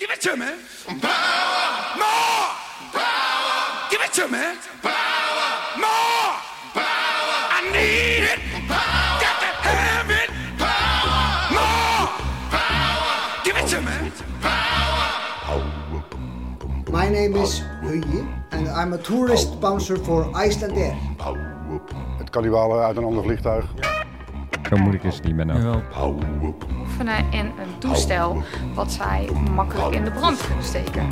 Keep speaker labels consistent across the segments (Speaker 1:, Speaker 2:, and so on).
Speaker 1: to me. Power. More. Power. Give it to me. Power. More. Power. I need it. Power. Got to have it. Power. More. Power. Give it to me.
Speaker 2: My name is Huyi and I'm a tourist bouncer for Icelandair.
Speaker 3: Het kan die wel uit een ander vliegtuig.
Speaker 4: Zo moeilijk is het niet meer nou.
Speaker 5: oefenen in een toestel wat zij makkelijk in de brand kunnen steken.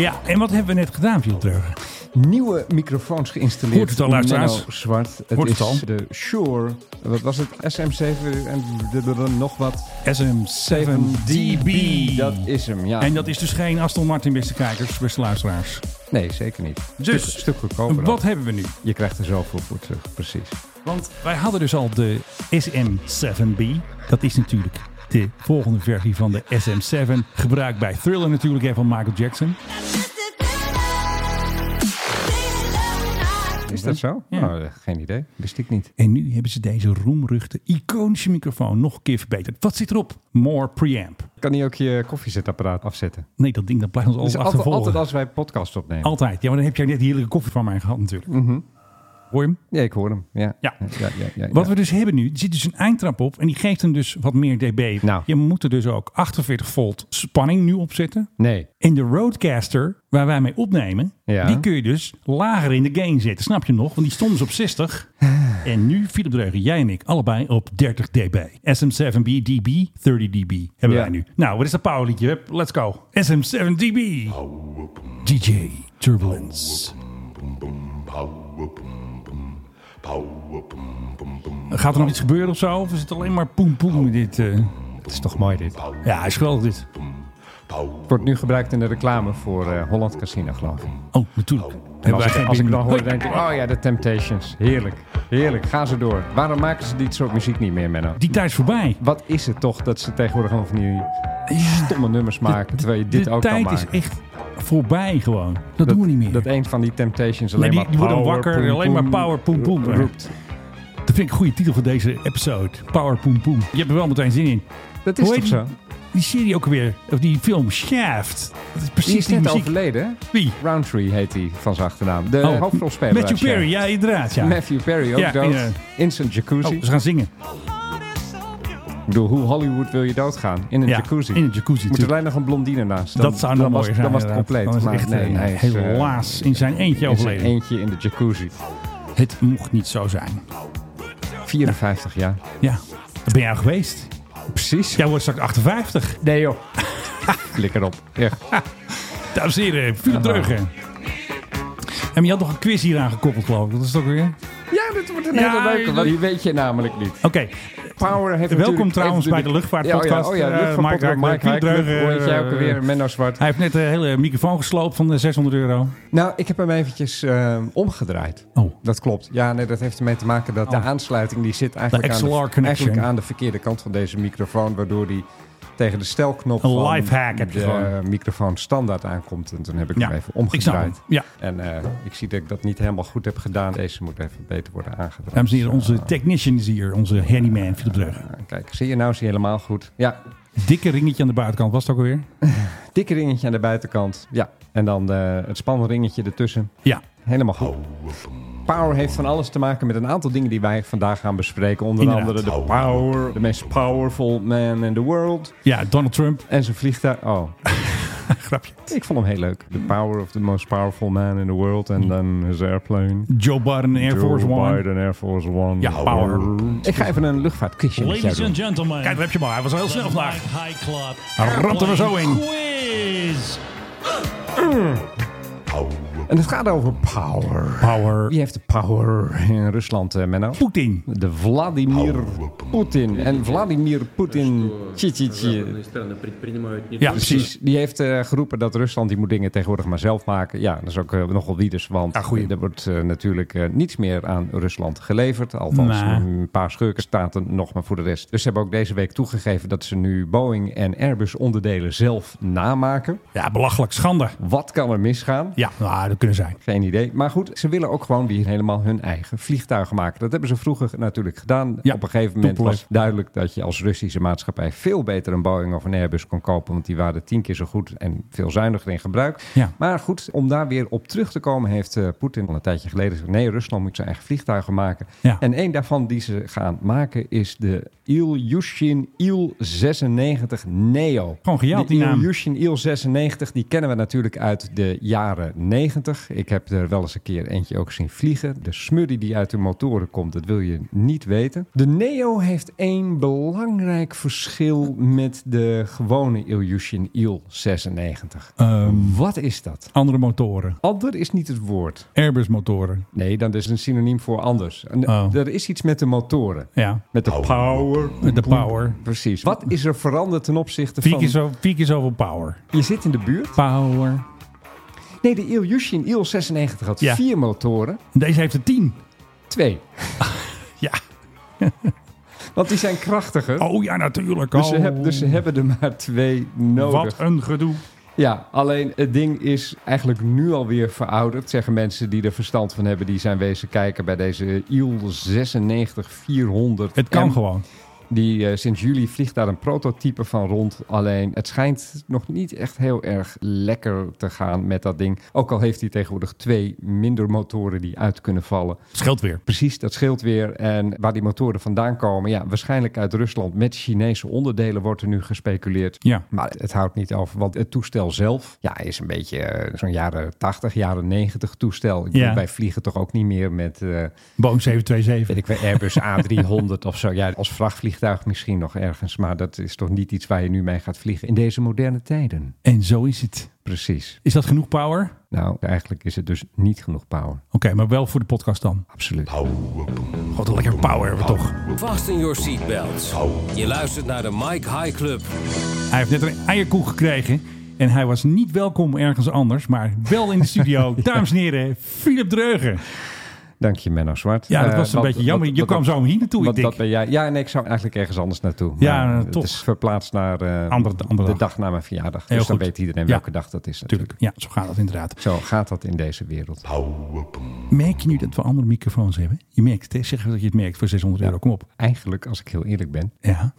Speaker 6: Ja, en wat hebben we net gedaan, Viltreugen?
Speaker 4: Nieuwe microfoons geïnstalleerd.
Speaker 6: Hoort het al, luisteraars?
Speaker 4: Menno Zwart. Het
Speaker 6: Hoort
Speaker 4: is
Speaker 6: het al?
Speaker 4: de Shure. Wat was het? SM7 en blablabla, nog wat.
Speaker 6: SM7DB.
Speaker 4: Dat is hem, ja.
Speaker 6: En dat is dus geen Aston Martin, beste kijkers, beste luisteraars.
Speaker 4: Nee, zeker niet.
Speaker 6: Dus,
Speaker 4: stuk, stuk goedkoper.
Speaker 6: Wat
Speaker 4: dan.
Speaker 6: hebben we nu?
Speaker 4: Je krijgt er zoveel voor terug, precies.
Speaker 6: Want wij hadden dus al de SM7B. Dat is natuurlijk de volgende versie van de SM7. Gebruikt bij Thriller natuurlijk en van Michael Jackson.
Speaker 4: Is dat zo?
Speaker 6: Ja.
Speaker 4: Nou, eh, geen idee. Wist ik niet.
Speaker 6: En nu hebben ze deze roemruchte, iconische microfoon nog een keer verbeterd. Wat zit erop? More preamp.
Speaker 4: Kan die ook je koffiezetapparaat afzetten?
Speaker 6: Nee, dat ding dat blijft ons
Speaker 4: Dus altijd,
Speaker 6: altijd achtervolgen.
Speaker 4: altijd als wij podcast opnemen.
Speaker 6: Altijd. Ja, maar dan heb jij net die hele koffie van mij gehad natuurlijk. Hoor je hem?
Speaker 4: ja, ik hoor hem. Ja.
Speaker 6: Ja.
Speaker 4: ja, ja, ja,
Speaker 6: Wat
Speaker 4: ja.
Speaker 6: we dus hebben nu, er zit dus een eindtrap op en die geeft hem dus wat meer dB.
Speaker 4: Nou.
Speaker 6: Je moet er dus ook 48 volt spanning nu opzetten.
Speaker 4: Nee.
Speaker 6: En de Roadcaster, waar wij mee opnemen,
Speaker 4: Ja.
Speaker 6: die kun je dus lager in de gain zetten. Snap je nog? Want die stond dus op 60. en nu, Philip Dreugen, jij en ik, allebei op 30 dB. SM7B dB, 30 dB hebben
Speaker 4: Ja.
Speaker 6: wij nu. Nou, wat is dat powerliedje? Hup, Let's go. SM7 dB. DJ Turbulence. Gaat er nog iets gebeuren of zo? Of is het alleen maar poem poem in dit? eh?
Speaker 4: Het is toch mooi dit.
Speaker 6: Ja, is geweldig dit.
Speaker 4: Wordt nu gebruikt in de reclame voor eh, Holland Casino, geloof ik.
Speaker 6: Oh, natuurlijk.
Speaker 4: En
Speaker 6: Hebben
Speaker 4: als,
Speaker 6: wij
Speaker 4: ik,
Speaker 6: geen
Speaker 4: als ik
Speaker 6: binnen-
Speaker 4: dan hoor, denk ik, oh ja, de Temptations. Heerlijk, heerlijk. Ga ze door. Waarom maken ze dit soort muziek niet meer, Menno?
Speaker 6: Die tijd is voorbij.
Speaker 4: Wat is het toch dat ze tegenwoordig gewoon van die stomme nummers maken, terwijl je dit
Speaker 6: de
Speaker 4: ook kan
Speaker 6: tijd
Speaker 4: maken.
Speaker 6: is echt voorbij gewoon. Dat, doen we niet meer.
Speaker 4: Dat een van die Temptations
Speaker 6: nee,
Speaker 4: alleen
Speaker 6: die,
Speaker 4: maar
Speaker 6: die worden
Speaker 4: power,
Speaker 6: wakker
Speaker 4: poem,
Speaker 6: alleen maar
Speaker 4: poem
Speaker 6: power poem poem. eh.
Speaker 4: roept.
Speaker 6: Dat vind ik een goede titel voor deze episode. Power poem poem. Je hebt er wel meteen zin in.
Speaker 4: Dat is
Speaker 6: Hoe
Speaker 4: toch
Speaker 6: heet
Speaker 4: zo?
Speaker 6: die- Die serie ook weer, of die film Shaft. Dat is precies
Speaker 4: Die is
Speaker 6: die
Speaker 4: net
Speaker 6: muziek.
Speaker 4: overleden, hè?
Speaker 6: Wie?
Speaker 4: Roundtree heet hij van zijn achternaam. De
Speaker 6: Oh,
Speaker 4: Eh, hoofdrolspeler.
Speaker 6: Matthew
Speaker 4: uit Shaft.
Speaker 6: Perry, ja inderdaad. Ja.
Speaker 4: Matthew Perry, ook
Speaker 6: Ja,
Speaker 4: dood.
Speaker 6: ja.
Speaker 4: Instant jacuzzi.
Speaker 6: Oh, ze gaan zingen.
Speaker 4: Ik bedoel, hoe Hollywood wil je doodgaan? In een
Speaker 6: Ja,
Speaker 4: jacuzzi.
Speaker 6: in een jacuzzi,
Speaker 4: Moet er
Speaker 6: tuurlijk.
Speaker 4: alleen nog een blondine naast.
Speaker 6: dat zou
Speaker 4: dan
Speaker 6: nog
Speaker 4: was,
Speaker 6: mooi zijn.
Speaker 4: Dan was het
Speaker 6: inderdaad.
Speaker 4: compleet.
Speaker 6: Dan is het
Speaker 4: maar
Speaker 6: echt
Speaker 4: nee,
Speaker 6: eh,
Speaker 4: hij is, eh,
Speaker 6: helaas in zijn eentje
Speaker 4: in zijn
Speaker 6: overleden.
Speaker 4: eentje in de jacuzzi.
Speaker 6: Het mocht niet zo zijn.
Speaker 4: 54 jaar.
Speaker 6: Ja, dat ben jij geweest.
Speaker 4: Precies.
Speaker 6: Jij wordt straks 58.
Speaker 4: Nee joh. Flikker op. Echt.
Speaker 6: Dames en heren, Philip Dreugen. En maar je had nog een quiz hier aangekoppeld, geloof ik. Dat is toch weer. Oké.
Speaker 4: Ja, dat wordt een
Speaker 6: Ja,
Speaker 4: hele leuke. Want
Speaker 6: je-
Speaker 4: die weet je namelijk niet. Power heeft
Speaker 6: Welkom
Speaker 4: natuurlijk-
Speaker 6: trouwens
Speaker 4: heeft
Speaker 6: bij de
Speaker 4: Ja,
Speaker 6: luchtvaartpodcast.
Speaker 4: Oh ja, oh ja
Speaker 6: Eh, Mike
Speaker 4: luchtvaartpodcast.
Speaker 6: Raak,
Speaker 4: Mike Raak,
Speaker 6: Philip Dreugen,
Speaker 4: Lucht- hoe heet jij ook
Speaker 6: eh,
Speaker 4: weer? Menno Zwart.
Speaker 6: Hij heeft net de hele microfoon gesloopt van de 600 euro.
Speaker 4: Nou, ik heb hem eventjes eh, omgedraaid.
Speaker 6: Oh.
Speaker 4: Dat klopt. Ja, nee, dat heeft ermee te maken dat de aansluiting die zit eigenlijk,
Speaker 6: De
Speaker 4: aan
Speaker 6: XLR
Speaker 4: de,
Speaker 6: connection.
Speaker 4: eigenlijk aan de verkeerde kant van deze microfoon, waardoor die tegen de stelknop
Speaker 6: Een
Speaker 4: van
Speaker 6: lifehack heb je
Speaker 4: de
Speaker 6: gewoon.
Speaker 4: microfoon standaard aankomt. En toen heb ik
Speaker 6: Ja,
Speaker 4: hem even
Speaker 6: ik snap
Speaker 4: omgedraaid.
Speaker 6: hem. Ja.
Speaker 4: En eh, ik zie dat ik dat niet helemaal goed heb gedaan. Deze moet even beter worden aangedraaid.
Speaker 6: Dames en heren,
Speaker 4: Dus,
Speaker 6: onze technician is hier. Onze handyman, Philip Dreugen.
Speaker 4: eh, Kijk, zie je nou, zie je helemaal goed. Ja,
Speaker 6: Dikke ringetje aan de buitenkant, was het ook alweer?
Speaker 4: dikke ringetje aan de buitenkant. Ja, en dan eh, het spanringetje ertussen.
Speaker 6: Ja.
Speaker 4: Helemaal goed. Power heeft van alles te maken met een aantal dingen die wij vandaag gaan bespreken. Onder
Speaker 6: Inderdaad.
Speaker 4: andere de power, de meest powerful man in the world.
Speaker 6: Ja, Donald Trump.
Speaker 4: En zijn vliegtuig. Oh,
Speaker 6: Grapje.
Speaker 4: ik vond hem heel leuk. The power of the most powerful man in the world. En dan his airplane.
Speaker 6: Joe Biden, Air Force
Speaker 4: Joe
Speaker 6: One.
Speaker 4: Biden, Air Force One.
Speaker 6: Ja, power.
Speaker 4: Ik ga even een luchtvaartquizje met jou
Speaker 7: Ladies
Speaker 4: doen.
Speaker 7: and gentlemen.
Speaker 6: Kijk, daar heb je hem al. Hij was al heel snel vandaag.
Speaker 7: High Club.
Speaker 6: Hij ramt er zo in.
Speaker 7: Quiz.
Speaker 4: En het gaat over power. Wie
Speaker 6: Power.
Speaker 4: heeft de power in Rusland, eh, Menno?
Speaker 6: Poetin.
Speaker 4: De Vladimir Poetin. En Vladimir Poetin. Tje, tje, tje.
Speaker 6: Ja, precies.
Speaker 4: Precies. Dus Die heeft eh, geroepen dat Rusland die moet dingen tegenwoordig maar zelf maken. Ja, dat is ook eh, nogal wie dus. Want
Speaker 6: Ja, Ah, goeie.
Speaker 4: eh, er wordt eh, natuurlijk eh, niets meer aan Rusland geleverd. Althans,
Speaker 6: Nee.
Speaker 4: een paar schurkenstaten nog maar voor de rest. Dus ze hebben ook deze week toegegeven dat ze nu Boeing en Airbus onderdelen zelf namaken.
Speaker 6: Ja, belachelijk schande.
Speaker 4: Wat kan er misgaan?
Speaker 6: Ja, nou, dat kunnen zijn.
Speaker 4: Geen idee. Maar goed, ze willen ook gewoon weer helemaal hun eigen vliegtuigen maken. Dat hebben ze vroeger natuurlijk gedaan.
Speaker 6: Ja,
Speaker 4: Op een gegeven moment
Speaker 6: Tupolev.
Speaker 4: was duidelijk dat je als Russische maatschappij veel beter een Boeing of een Airbus kon kopen. Want die waren tien keer zo goed en veel zuiniger in gebruik.
Speaker 6: Ja.
Speaker 4: Maar goed, om daar weer op terug te komen, heeft eh, Poetin al een tijdje geleden gezegd: nee, Rusland moet zijn eigen vliegtuigen maken.
Speaker 6: Ja.
Speaker 4: En één daarvan die ze gaan maken is de Ilyushin Il-96 Neo.
Speaker 6: Gewoon gejaagd,
Speaker 4: De
Speaker 6: die naam.
Speaker 4: Ilyushin Il-96, die kennen we natuurlijk uit de jaren 90. Ik heb er wel eens een keer eentje ook zien vliegen. De smurrie die uit de motoren komt, dat wil je niet weten. De Neo heeft één belangrijk verschil met de gewone Ilyushin Il-96.
Speaker 6: Ehm.
Speaker 4: Wat is dat?
Speaker 6: Andere motoren.
Speaker 4: Ander is niet het woord.
Speaker 6: Airbus motoren.
Speaker 4: Nee, dat is een synoniem voor anders. Een-
Speaker 6: Oh.
Speaker 4: Er is iets met de motoren.
Speaker 6: Ja.
Speaker 4: Met de power.
Speaker 6: Met de power.
Speaker 4: Precies. Wat is er veranderd ten opzichte
Speaker 6: Vier keer,
Speaker 4: van...
Speaker 6: zo, vier keer zoveel power.
Speaker 4: Je zit in de buurt.
Speaker 6: Power.
Speaker 4: Nee, de Ilyushin Il-96 had
Speaker 6: Ja.
Speaker 4: vier motoren.
Speaker 6: Deze heeft er tien.
Speaker 4: Twee.
Speaker 6: Ja.
Speaker 4: Want die zijn krachtiger.
Speaker 6: Oh ja, natuurlijk.
Speaker 4: Dus ze,
Speaker 6: Oh.
Speaker 4: heb- dus ze hebben er maar twee nodig.
Speaker 6: Wat een gedoe.
Speaker 4: Ja, alleen het ding is eigenlijk nu alweer verouderd. Zeggen mensen die er verstand van hebben. Die zijn wezen kijken bij deze Il-96-400.
Speaker 6: Het kan gewoon.
Speaker 4: Die, eh, sinds juli vliegt daar een prototype van rond. Alleen het schijnt nog niet echt heel erg lekker te gaan met dat ding. Ook al heeft hij tegenwoordig twee minder motoren die uit kunnen vallen.
Speaker 6: Scheelt weer.
Speaker 4: Precies, dat scheelt weer. En waar die motoren vandaan komen, ja, waarschijnlijk uit Rusland met Chinese onderdelen wordt er nu gespeculeerd.
Speaker 6: Ja.
Speaker 4: Maar het houdt niet over, want het toestel zelf ja, is een beetje eh, zo'n jaren 80, jaren 90 toestel. Ik
Speaker 6: Ja.
Speaker 4: bedoel, wij vliegen toch ook niet meer met, eh,
Speaker 6: Boeing
Speaker 4: weet
Speaker 6: 727.
Speaker 4: ik wel, Airbus A300 of zo. Ja, als vrachtvliegtuig misschien nog ergens, maar dat is toch niet iets waar je nu mee gaat vliegen in deze moderne tijden.
Speaker 6: En zo is het.
Speaker 4: Precies.
Speaker 6: Is dat genoeg power? Oké,
Speaker 4: Nou, eigenlijk is het dus niet genoeg power.
Speaker 6: maar wel voor de podcast dan.
Speaker 4: Absoluut.
Speaker 6: God, wat lekker power hebben we toch.
Speaker 7: Fasten your seatbelts. Je luistert naar de Mike High Club.
Speaker 6: Hij heeft net een eierkoek gekregen. En hij was niet welkom ergens anders, maar wel in de studio. Dames en heren, Philip Dreugen.
Speaker 4: Dank je, Menno Zwart.
Speaker 6: Ja, dat
Speaker 4: Eh,
Speaker 6: was een
Speaker 4: want-
Speaker 6: beetje jammer.
Speaker 4: want-
Speaker 6: je
Speaker 4: want-
Speaker 6: kwam zo hier naartoe, ik
Speaker 4: Want
Speaker 6: denk.
Speaker 4: dat ben jij. Ja, nee, ik zou eigenlijk ergens anders naartoe. Maar
Speaker 6: Ja, eh,
Speaker 4: het
Speaker 6: toch.
Speaker 4: is verplaatst naar eh,
Speaker 6: Andere- andere
Speaker 4: de
Speaker 6: dag.
Speaker 4: dag na mijn verjaardag.
Speaker 6: Heel
Speaker 4: dus dan
Speaker 6: goed.
Speaker 4: weet iedereen
Speaker 6: Ja.
Speaker 4: welke dag dat is natuurlijk.
Speaker 6: Tuurlijk, ja, zo gaat dat inderdaad.
Speaker 4: Zo gaat dat in deze wereld.
Speaker 6: Merk je nu dat we andere microfoons hebben? Je merkt, hè? zeg dat je het merkt voor 600 euro, kom op.
Speaker 4: Eigenlijk, als ik heel eerlijk ben,
Speaker 6: Ja,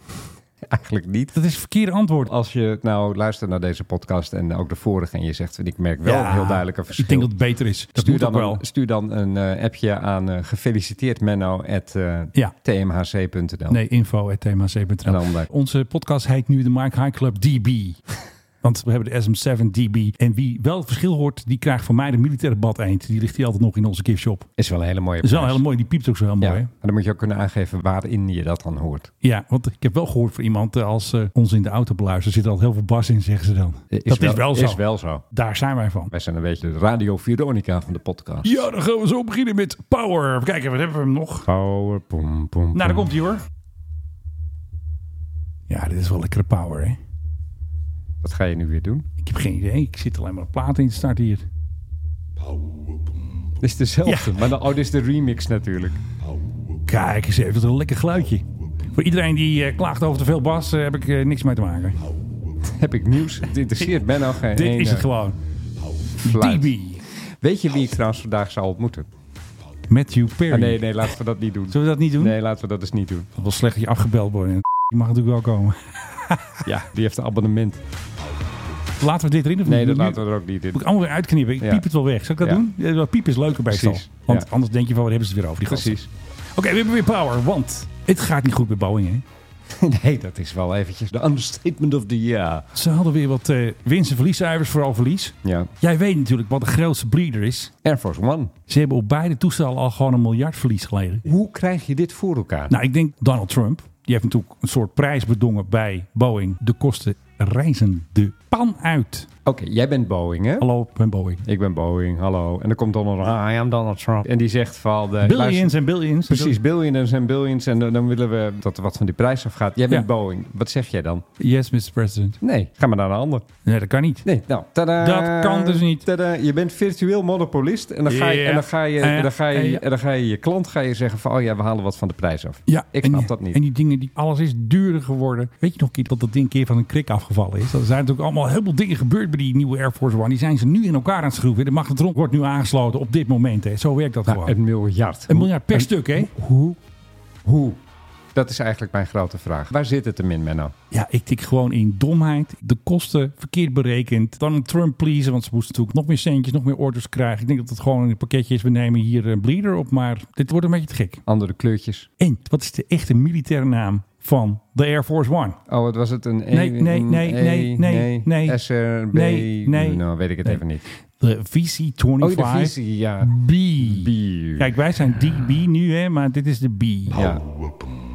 Speaker 4: eigenlijk niet.
Speaker 6: dat is het verkeerde antwoord.
Speaker 4: Als je nou luistert naar deze podcast en ook de vorige en je zegt, ik merk wel
Speaker 6: Ja,
Speaker 4: een heel duidelijk een verschil.
Speaker 6: Ik denk dat het beter is. Dat
Speaker 4: stuur,
Speaker 6: moet ook
Speaker 4: dan
Speaker 6: wel.
Speaker 4: een, stuur dan een eh, appje aan eh, gefeliciteerd Menno at eh,
Speaker 6: Ja.
Speaker 4: tmhc.nl.
Speaker 6: Nee, info.themac.nl.
Speaker 4: En dan-
Speaker 6: Onze podcast heet nu de Mike High Club DB. Want we hebben de SM7 DB. En wie wel het verschil hoort, die krijgt van mij de militaire bad eend. Die ligt hier altijd nog in onze giftshop. Dat
Speaker 4: Is wel een hele mooie
Speaker 6: is wel
Speaker 4: prijs.
Speaker 6: heel mooi. Die piept ook zo heel mooi.
Speaker 4: Ja,
Speaker 6: hè?
Speaker 4: maar dan moet je ook kunnen aangeven waarin je dat dan hoort.
Speaker 6: Ja, want ik heb wel gehoord van iemand, eh, als eh ons in de auto beluisteren, zit er altijd heel veel bas in, zeggen ze dan. dat is wel zo.
Speaker 4: Eh, Is wel zo.
Speaker 6: Daar zijn wij van.
Speaker 4: Wij zijn een beetje de Radio Veronica van de podcast.
Speaker 6: Ja, dan gaan we zo beginnen met Power. Even kijken, wat hebben we hem nog?
Speaker 4: Power, pom, pom,
Speaker 6: Nou, daar komt hij hoor. Ja, dit is wel lekkere power, hè?
Speaker 4: pom. Wat ga je nu weer doen?
Speaker 6: Ik heb geen idee. Ik zit alleen maar platen in te starten hier.
Speaker 4: Dit is dezelfde.
Speaker 6: Ja.
Speaker 4: Maar dan, oh, dit is de remix natuurlijk.
Speaker 6: Kijk eens even, wat een lekker geluidje. Voor iedereen die eh, klaagt over te veel bas, eh, heb ik eh, niks mee te maken.
Speaker 4: Heb ik nieuws? Het interesseert Ben nog geen
Speaker 6: Dit
Speaker 4: ene
Speaker 6: is het gewoon.
Speaker 4: fluit.
Speaker 6: DB.
Speaker 4: Weet je wie ik trouwens vandaag zou ontmoeten?
Speaker 6: Matthew Perry.
Speaker 4: Ah, nee, nee, laten we dat niet doen.
Speaker 6: Zullen we dat niet doen?
Speaker 4: Nee, laten we dat eens niet doen.
Speaker 6: Dat was slecht dat je afgebeld wordt. Je mag natuurlijk wel komen.
Speaker 4: Ja, die heeft een abonnement.
Speaker 6: Laten we dit erin of
Speaker 4: Nee,
Speaker 6: niet?
Speaker 4: dat
Speaker 6: Nu-
Speaker 4: laten we er ook niet in.
Speaker 6: Moet ik allemaal weer uitknippen? Ik
Speaker 4: Ja.
Speaker 6: piep het wel weg. Zal ik dat
Speaker 4: Ja.
Speaker 6: doen? Ja, wel, Piep is leuker bij
Speaker 4: Precies,
Speaker 6: Want
Speaker 4: ja.
Speaker 6: anders denk je van, wat hebben ze het weer over die gasten?
Speaker 4: Precies.
Speaker 6: Oké, we hebben weer power, want het gaat niet goed bij Boeing, hè? Oh.
Speaker 4: Nee, dat is wel eventjes de understatement of the year.
Speaker 6: Ze hadden weer wat eh, winst- en verliescijfers, vooral verlies.
Speaker 4: Ja.
Speaker 6: Jij weet natuurlijk wat de grootste breeder is.
Speaker 4: Air Force One.
Speaker 6: Ze hebben op beide toestellen al gewoon een miljard verlies geleden.
Speaker 4: Hoe krijg je dit voor elkaar?
Speaker 6: Nou, ik denk Donald Trump. Die heeft natuurlijk een soort prijs bedongen bij Boeing. De kosten reizen de pan uit.
Speaker 4: Oké, jij bent Boeing, hè?
Speaker 6: Hallo, ik ben Boeing.
Speaker 4: Ik ben Boeing, hallo. En dan komt Donald Trump.
Speaker 6: Ah,
Speaker 4: I am Donald Trump. En die zegt van... eh, luister-
Speaker 6: Billions en billions.
Speaker 4: Precies, billions en billions. En dan dan willen we dat er wat van die prijs afgaat. Jij bent
Speaker 6: Ja.
Speaker 4: Boeing. Wat zeg jij dan?
Speaker 6: Yes, Mr. President.
Speaker 4: Nee, ga maar naar een ander.
Speaker 6: Nee, dat kan niet.
Speaker 4: Nee, nou, tadaa.
Speaker 6: Dat kan dus niet.
Speaker 4: Tadaa. Je bent virtueel monopolist. En dan ga je,
Speaker 6: Ja.
Speaker 4: en dan ga je,
Speaker 6: Eh,
Speaker 4: en dan ga je,
Speaker 6: eh, ja.
Speaker 4: en dan ga je je klant ga je zeggen van... Oh ja, we halen wat van de prijs af.
Speaker 6: Ja,
Speaker 4: Ik
Speaker 6: en
Speaker 4: snap
Speaker 6: die-
Speaker 4: dat niet.
Speaker 6: En die dingen, die, alles is duurder geworden. Weet je nog een keer dat dat ding een keer van een krik gevallen is. Er zijn natuurlijk allemaal heel veel dingen gebeurd bij die nieuwe Air Force One. Die zijn ze nu in elkaar aan het schroeven. De magnetron wordt nu aangesloten op dit moment. Hè. Zo werkt dat
Speaker 4: Nou,
Speaker 6: gewoon.
Speaker 4: een miljard.
Speaker 6: Een miljard per
Speaker 4: Een-
Speaker 6: stuk, hè?
Speaker 4: Hoe? Hoe? Dat is eigenlijk mijn grote vraag. Waar zit het hem in, Menno?
Speaker 6: Ja, ik tik gewoon in domheid. De kosten verkeerd berekend. Donald Trump pleasen, want ze moesten natuurlijk nog meer centjes, nog meer orders krijgen. Ik denk dat het gewoon een pakketje is. We nemen hier een bleeder op, maar dit wordt een beetje te gek.
Speaker 4: Andere kleurtjes.
Speaker 6: En wat is de echte militaire naam van de Air Force One?
Speaker 4: Oh, wat was het? Een E?
Speaker 6: Nee, nee,
Speaker 4: een
Speaker 6: nee,
Speaker 4: E,
Speaker 6: nee, nee, nee.
Speaker 4: SR, B,
Speaker 6: Nee, nee.
Speaker 4: Nou, weet ik het
Speaker 6: Nee.
Speaker 4: even niet.
Speaker 6: De VC-25
Speaker 4: Oh, de visie, ja.
Speaker 6: B.
Speaker 4: Bier.
Speaker 6: Kijk, wij zijn DB nu, hè, maar dit is de B.
Speaker 4: Ja.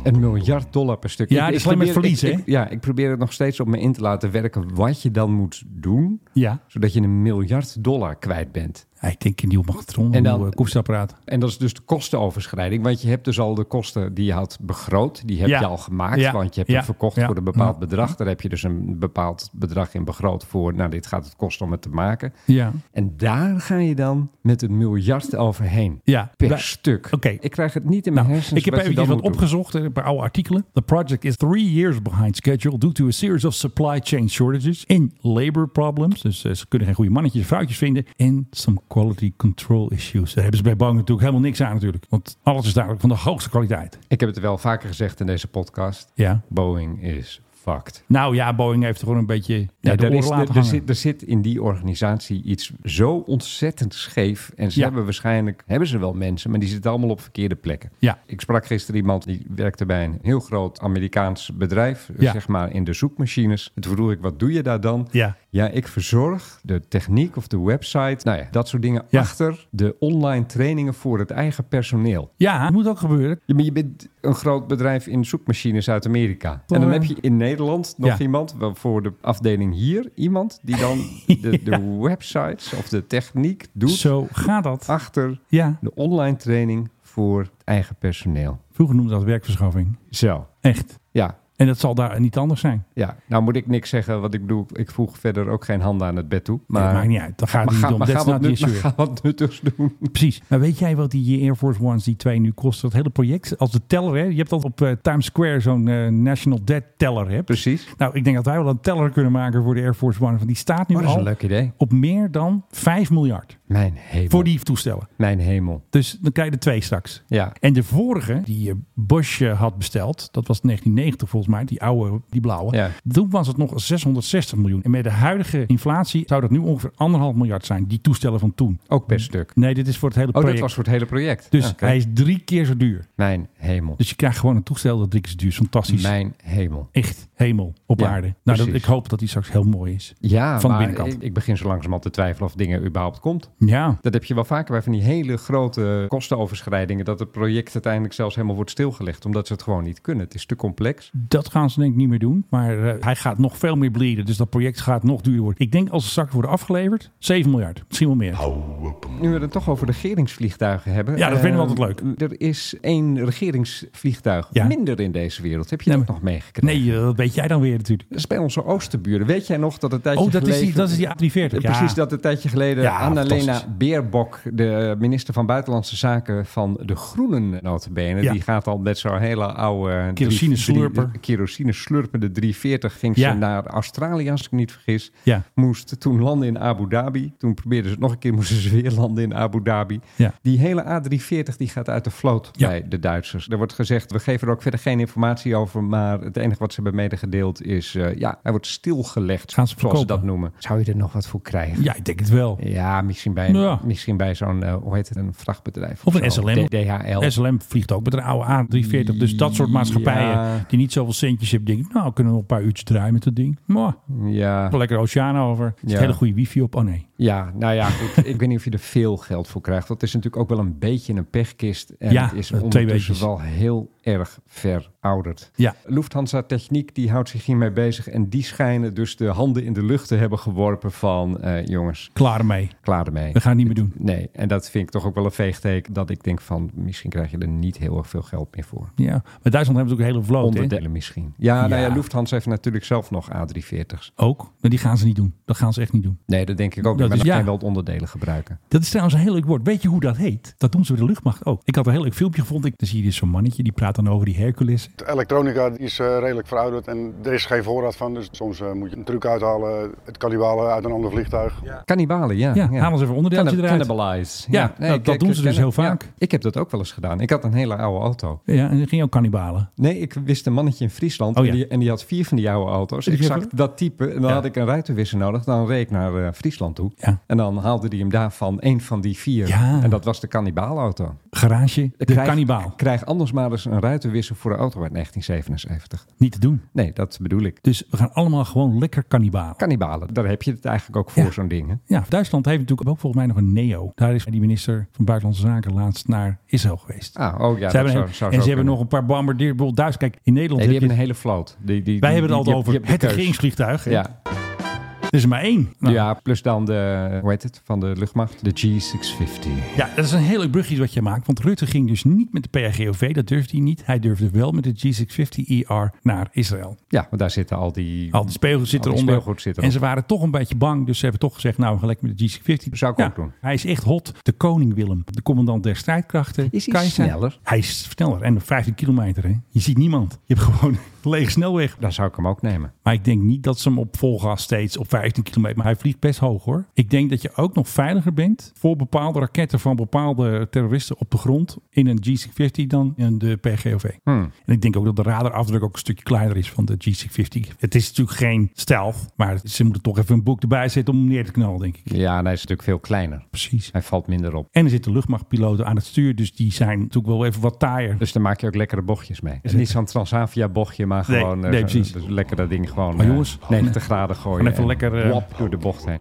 Speaker 4: Een miljard dollar per stuk.
Speaker 6: Ja, dat is alleen maar
Speaker 4: probeer-
Speaker 6: verlies, hè?
Speaker 4: ik- ik- Ja, ik probeer het nog steeds op me in te laten werken wat je dan moet doen,
Speaker 6: Ja.
Speaker 4: zodat je een miljard dollar kwijt bent.
Speaker 6: Ja, Ik denk een nieuw magnetron,
Speaker 4: En
Speaker 6: een
Speaker 4: dan-
Speaker 6: nieuw eh, koepelapparaat.
Speaker 4: En dat is dus de kostenoverschrijding, want je hebt dus al de kosten die je had begroot, die heb
Speaker 6: Ja.
Speaker 4: je al gemaakt,
Speaker 6: Ja.
Speaker 4: want je hebt
Speaker 6: Ja.
Speaker 4: het verkocht
Speaker 6: Ja.
Speaker 4: voor een bepaald bedrag. Daar heb je dus een bepaald bedrag in begroot voor, nou dit gaat het kosten om het te maken.
Speaker 6: Ja.
Speaker 4: En daar ga je dan met een miljard overheen.
Speaker 6: Ja.
Speaker 4: Per
Speaker 6: Blij-
Speaker 4: stuk.
Speaker 6: Oké.
Speaker 4: Ik krijg het niet in mijn
Speaker 6: Nou,
Speaker 4: hersens.
Speaker 6: ik heb
Speaker 4: wat je
Speaker 6: even
Speaker 4: dan
Speaker 6: wat
Speaker 4: moet doen.
Speaker 6: opgezocht, eh, een paar oude artikelen. The project is three years behind schedule due to a series of supply chain shortages and labor problems. Dus eh, ze kunnen geen goede mannetjes en vrouwtjes vinden. En some quality control issues. Daar hebben ze bij Boeing natuurlijk helemaal niks aan natuurlijk. Want alles is duidelijk van de hoogste kwaliteit.
Speaker 4: Ik heb het wel vaker gezegd in deze podcast.
Speaker 6: Ja.
Speaker 4: Boeing is fucked. Nou,
Speaker 6: Nou ja, Boeing heeft gewoon een beetje ja, de
Speaker 4: er,
Speaker 6: oren
Speaker 4: is-
Speaker 6: laten
Speaker 4: er- er
Speaker 6: hangen.
Speaker 4: zit, er zit in die organisatie iets zo ontzettend scheef. En ze
Speaker 6: Ja.
Speaker 4: hebben waarschijnlijk, hebben ze wel mensen, maar die zitten allemaal op verkeerde plekken.
Speaker 6: Ja.
Speaker 4: Ik sprak gisteren iemand die werkte bij een heel groot Amerikaans bedrijf,
Speaker 6: Ja.
Speaker 4: zeg maar in de zoekmachines. Toen vroeg ik, wat doe je daar dan?
Speaker 6: Ja.
Speaker 4: Ja, ik verzorg de techniek of de website, nou ja, dat soort dingen
Speaker 6: Ja.
Speaker 4: achter de online trainingen voor het eigen personeel.
Speaker 6: Ja, het moet ook gebeuren.
Speaker 4: Ja, maar je bent een groot bedrijf in zoekmachines uit Amerika.
Speaker 6: Toch,
Speaker 4: En dan
Speaker 6: eh?
Speaker 4: heb je in Nederland nog
Speaker 6: Ja.
Speaker 4: iemand, wel voor de afdeling hier, iemand die dan de, de websites of de techniek doet
Speaker 6: Zo gaat dat.
Speaker 4: achter
Speaker 6: Ja,
Speaker 4: de online training voor het eigen personeel.
Speaker 6: vroeger noemde dat werkverschaffing.
Speaker 4: Zo,
Speaker 6: Echt.
Speaker 4: ja.
Speaker 6: En dat zal daar niet anders zijn.
Speaker 4: Ja, nou moet ik niks zeggen, want ik bedoel, ik voeg verder ook geen handen aan het bed toe.
Speaker 6: Maar,
Speaker 4: Maar,
Speaker 6: maakt niet uit. Dat gaat
Speaker 4: maar
Speaker 6: niet
Speaker 4: ga,
Speaker 6: om.
Speaker 4: maar
Speaker 6: That's
Speaker 4: ga wat,
Speaker 6: not the
Speaker 4: nut, maar
Speaker 6: issue.
Speaker 4: ga wat nuttigs doen.
Speaker 6: Precies. Maar weet jij wat die Air Force Ones, die twee nu kosten, dat hele project? Als de teller, hè? je hebt dat op eh, Times Square zo'n eh, National Debt teller. Hè?
Speaker 4: Precies.
Speaker 6: Nou, ik denk dat wij wel een teller kunnen maken voor de Air Force One. Want die staat nu
Speaker 4: Oh, dat is
Speaker 6: al
Speaker 4: een leuk idee.
Speaker 6: op meer dan 5 miljard
Speaker 4: Mijn hemel.
Speaker 6: voor die toestellen.
Speaker 4: Mijn hemel.
Speaker 6: Dus dan krijg je er twee straks.
Speaker 4: Ja.
Speaker 6: En de vorige, die eh, Bosch eh, had besteld, dat was 1990 volgens mij, die oude, die blauwe.
Speaker 4: Ja.
Speaker 6: Toen was het nog 660 miljoen. En met de huidige inflatie zou dat nu ongeveer anderhalf miljard zijn, die toestellen van toen.
Speaker 4: Ook per stuk.
Speaker 6: Nee, dit is voor het hele
Speaker 4: Oh,
Speaker 6: project.
Speaker 4: dat was voor het hele project.
Speaker 6: Dus
Speaker 4: Oké.
Speaker 6: hij is drie keer zo duur.
Speaker 4: Mijn hemel.
Speaker 6: Dus je krijgt gewoon een toestel dat drie keer zo duur is. Fantastisch.
Speaker 4: Mijn hemel.
Speaker 6: Echt hemel op
Speaker 4: Ja,
Speaker 6: aarde. Nou, dat,
Speaker 4: precies.
Speaker 6: ik hoop dat die straks heel mooi is.
Speaker 4: Ja,
Speaker 6: Van de
Speaker 4: maar
Speaker 6: binnenkant.
Speaker 4: Ik, ik begin zo langzamerhand te twijfelen of dingen überhaupt komt.
Speaker 6: Ja.
Speaker 4: Dat heb je wel vaker bij van die hele grote kostenoverschrijdingen. Dat het project uiteindelijk zelfs helemaal wordt stilgelegd. Omdat ze het gewoon niet kunnen. Het is te complex.
Speaker 6: Dat gaan ze denk ik niet meer doen. Maar eh, hij gaat nog veel meer bleeden. Dus dat project gaat nog duurder worden. Ik denk als ze straks worden afgeleverd, 7 miljard. Misschien wel meer.
Speaker 4: Nu we het toch over regeringsvliegtuigen hebben.
Speaker 6: Ja, dat
Speaker 4: eh,
Speaker 6: vinden we altijd
Speaker 4: Er is één regeringsvliegtuig
Speaker 6: Ja.
Speaker 4: minder in deze wereld. Heb je
Speaker 6: Nee,
Speaker 4: dat
Speaker 6: maar-
Speaker 4: nog meegekregen?
Speaker 6: Nee, eh, dat weet jij dan weer natuurlijk.
Speaker 4: Dat is bij onze oosterburen. Weet jij nog dat een tijdje
Speaker 6: Oh, dat is
Speaker 4: geleden...
Speaker 6: die, dat is die A340.
Speaker 4: Eh,
Speaker 6: Ja.
Speaker 4: Precies, dat een tijdje geleden
Speaker 6: Ja,
Speaker 4: Annalena
Speaker 6: fantastisch.
Speaker 4: Beerbok, de minister van Buitenlandse Zaken van de Groenen notabene,
Speaker 6: Ja.
Speaker 4: die gaat al met zo'n hele oude... eh, drie-
Speaker 6: Kerosine
Speaker 4: drie-
Speaker 6: slurper.
Speaker 4: eh, Kerosine slurpende 340 ging
Speaker 6: Ja.
Speaker 4: ze naar Australië, als ik me niet vergis.
Speaker 6: Ja.
Speaker 4: Moest toen landen in Abu Dhabi. Toen probeerden ze het nog een keer, moesten ze weer landen in Abu Dhabi.
Speaker 6: Ja.
Speaker 4: Die hele A340 die gaat uit de vloot
Speaker 6: Ja.
Speaker 4: bij de Duitsers. Er wordt gezegd, we geven er ook verder geen informatie over, maar het enige wat ze hebben medegedeeld is, eh, ja, hij wordt stilgelegd,
Speaker 6: Gaan ze
Speaker 4: zoals ze dat
Speaker 6: verkopen?
Speaker 4: noemen. Zou je er nog wat voor krijgen?
Speaker 6: Ja, ik denk het wel.
Speaker 4: Ja, misschien bij, een-
Speaker 6: Ja.
Speaker 4: misschien bij zo'n, eh, hoe heet het, een vrachtbedrijf.
Speaker 6: Of een
Speaker 4: zo.
Speaker 6: SLM.
Speaker 4: D- DHL.
Speaker 6: SLM vliegt ook met een oude A340. Dus dat soort maatschappijen
Speaker 4: Ja.
Speaker 6: die niet zoveel centjes hebben, denken, nou, kunnen we nog een paar uurtjes draaien met dat ding. Maar
Speaker 4: ja.
Speaker 6: lekker oceaan over. Er zit
Speaker 4: Ja.
Speaker 6: hele goede wifi op. Oh nee.
Speaker 4: ja, nou ja, goed. ik weet niet of je er veel geld voor krijgt. Dat is natuurlijk ook wel een beetje een pechkist. En
Speaker 6: Ja,
Speaker 4: het is
Speaker 6: eh, twee
Speaker 4: ondertussen
Speaker 6: weetjes.
Speaker 4: wel heel erg verouderd.
Speaker 6: Ja.
Speaker 4: Lufthansa Techniek die houdt zich hiermee bezig. En die schijnen dus de handen in de lucht te hebben geworpen van... eh, jongens,
Speaker 6: Klaar mee.
Speaker 4: klaar ermee. nee.
Speaker 6: We gaan het niet meer doen.
Speaker 4: Nee, en dat vind ik toch ook wel een veegteken. Dat ik denk van, misschien krijg je er niet heel erg veel geld meer voor.
Speaker 6: Ja, maar Duitsland hebben ze ook een hele vloot. hè?
Speaker 4: Onderdelen misschien. Ja, nou
Speaker 6: Ja.
Speaker 4: ja, Lufthansa heeft natuurlijk zelf nog A340's.
Speaker 6: Ook. Maar die gaan ze niet doen. Dat gaan ze echt niet doen.
Speaker 4: Nee, dat denk ik ook
Speaker 6: Dat
Speaker 4: niet. Maar
Speaker 6: is-
Speaker 4: dan
Speaker 6: ja.
Speaker 4: kan je wel het onderdelen gebruiken.
Speaker 6: Dat is trouwens een heel leuk woord. Weet je hoe dat heet? Dat doen ze bij de luchtmacht ook. Ik had een heel leuk filmpje gevonden. Ik- Dan zie je dus zo'n mannetje. Die praat dan over die Hercules.
Speaker 3: De elektronica die is eh, redelijk verouderd en er is geen voorraad van. Dus soms eh, moet je een truc uithalen. Het kannibalen uit een ander vliegtuig.
Speaker 4: Kannibalen, ja.
Speaker 6: Ja, haal eens even een onderdeeltje
Speaker 4: Cannib-
Speaker 6: eruit.
Speaker 4: Cannibalize.
Speaker 6: Ja, nou, dat doen ze dus
Speaker 4: ken-
Speaker 6: heel vaak.
Speaker 4: ja, ik heb dat ook wel eens gedaan. Ik had een hele oude auto.
Speaker 6: Ja, en dan ging ook kannibalen.
Speaker 4: Nee, ik wist een mannetje in Friesland.
Speaker 6: Oh,
Speaker 4: en,
Speaker 6: ja.
Speaker 4: die, en die had vier van die oude auto's.
Speaker 6: Die
Speaker 4: Exact
Speaker 6: hebben-
Speaker 4: dat type. En dan
Speaker 6: Ja.
Speaker 4: had ik een ruitenwisser nodig. Dan reed ik naar eh, Friesland toe.
Speaker 6: Ja.
Speaker 4: En dan haalde die hem daarvan één van die vier.
Speaker 6: Ja.
Speaker 4: En dat was de kannibaalauto.
Speaker 6: Garage, de
Speaker 4: Krijg-
Speaker 6: kannibaal.
Speaker 4: Krijg anders maar eens een ruitenwisser voor de auto uit 1977.
Speaker 6: Niet te doen.
Speaker 4: Nee, dat bedoel ik.
Speaker 6: Dus we gaan allemaal gewoon lekker kannibalen.
Speaker 4: Kannibalen, daar heb je het eigenlijk ook voor,
Speaker 6: Ja.
Speaker 4: zo'n ding. hè?
Speaker 6: Ja, Duitsland heeft natuurlijk ook volgens mij nog een NEO. Daar is die minister van Buitenlandse Zaken laatst naar Israël geweest.
Speaker 4: Ah, oh ja,
Speaker 6: ze hebben
Speaker 4: dat zou- zou
Speaker 6: een-
Speaker 4: zo
Speaker 6: en ze hebben
Speaker 4: kunnen.
Speaker 6: nog een paar bombardeerd. Bijvoorbeeld Duits, kijk, in Nederland
Speaker 4: Nee, die
Speaker 6: heb je...
Speaker 4: hebben een hele vloot. Die, die,
Speaker 6: wij
Speaker 4: die-
Speaker 6: hebben het
Speaker 4: die-
Speaker 6: altijd
Speaker 4: die-
Speaker 6: over
Speaker 4: die
Speaker 6: het
Speaker 4: hebben de keus.
Speaker 6: regeringsvliegtuig.
Speaker 4: Ja,
Speaker 6: Er is er maar één. Nou,
Speaker 4: ja, plus dan de, hoe heet het, van de luchtmacht, de G650.
Speaker 6: Ja, dat is een heel leuk brugje wat je maakt. Want Rutte ging dus niet met de PRGOV. Dat durfde hij niet. Hij durfde wel met de G650ER E naar Israël.
Speaker 4: Ja, want daar zitten al die...
Speaker 6: Al die speelgoed zit
Speaker 4: Al die
Speaker 6: eronder.
Speaker 4: speelgoed zit
Speaker 6: en ze waren toch een beetje bang. Dus ze hebben toch gezegd, nou, gelijk met de G650.
Speaker 4: Zou ik
Speaker 6: Ja,
Speaker 4: ook doen.
Speaker 6: Hij is echt hot. De koning Willem, de commandant der strijdkrachten.
Speaker 4: Is hij
Speaker 6: Keizer.
Speaker 4: sneller?
Speaker 6: Hij is sneller. En op 15 kilometer, hè. Je ziet niemand. Je hebt gewoon een lege snelweg.
Speaker 4: Daar zou ik hem ook nemen.
Speaker 6: Maar ik denk niet dat ze hem op vol gas steeds op 15 kilometer. Maar hij vliegt best hoog hoor. Ik denk dat je ook nog veiliger bent voor bepaalde raketten van bepaalde terroristen op de grond in een G650 dan in de PGOV. En ik denk ook dat de radarafdruk ook een stukje kleiner is van de G650. Het is natuurlijk geen stealth, maar ze moeten toch even een boek erbij zetten om hem neer te knallen, denk ik.
Speaker 4: Ja, en hij is natuurlijk veel kleiner.
Speaker 6: Precies.
Speaker 4: Hij valt minder op.
Speaker 6: En er zitten luchtmachtpiloten aan het stuur, dus die zijn natuurlijk wel even wat taaier.
Speaker 4: Dus daar maak je ook lekkere bochtjes mee. Het is niet zo'n Transavia bochtje, maar
Speaker 6: Nee,
Speaker 4: gewoon eh,
Speaker 6: nee, precies.
Speaker 4: dus lekker dat ding gewoon
Speaker 6: Maar
Speaker 4: eh,
Speaker 6: jongens,
Speaker 4: 90 graden gooien.
Speaker 6: even
Speaker 4: en
Speaker 6: lekker, eh,
Speaker 4: wap door de bocht heen.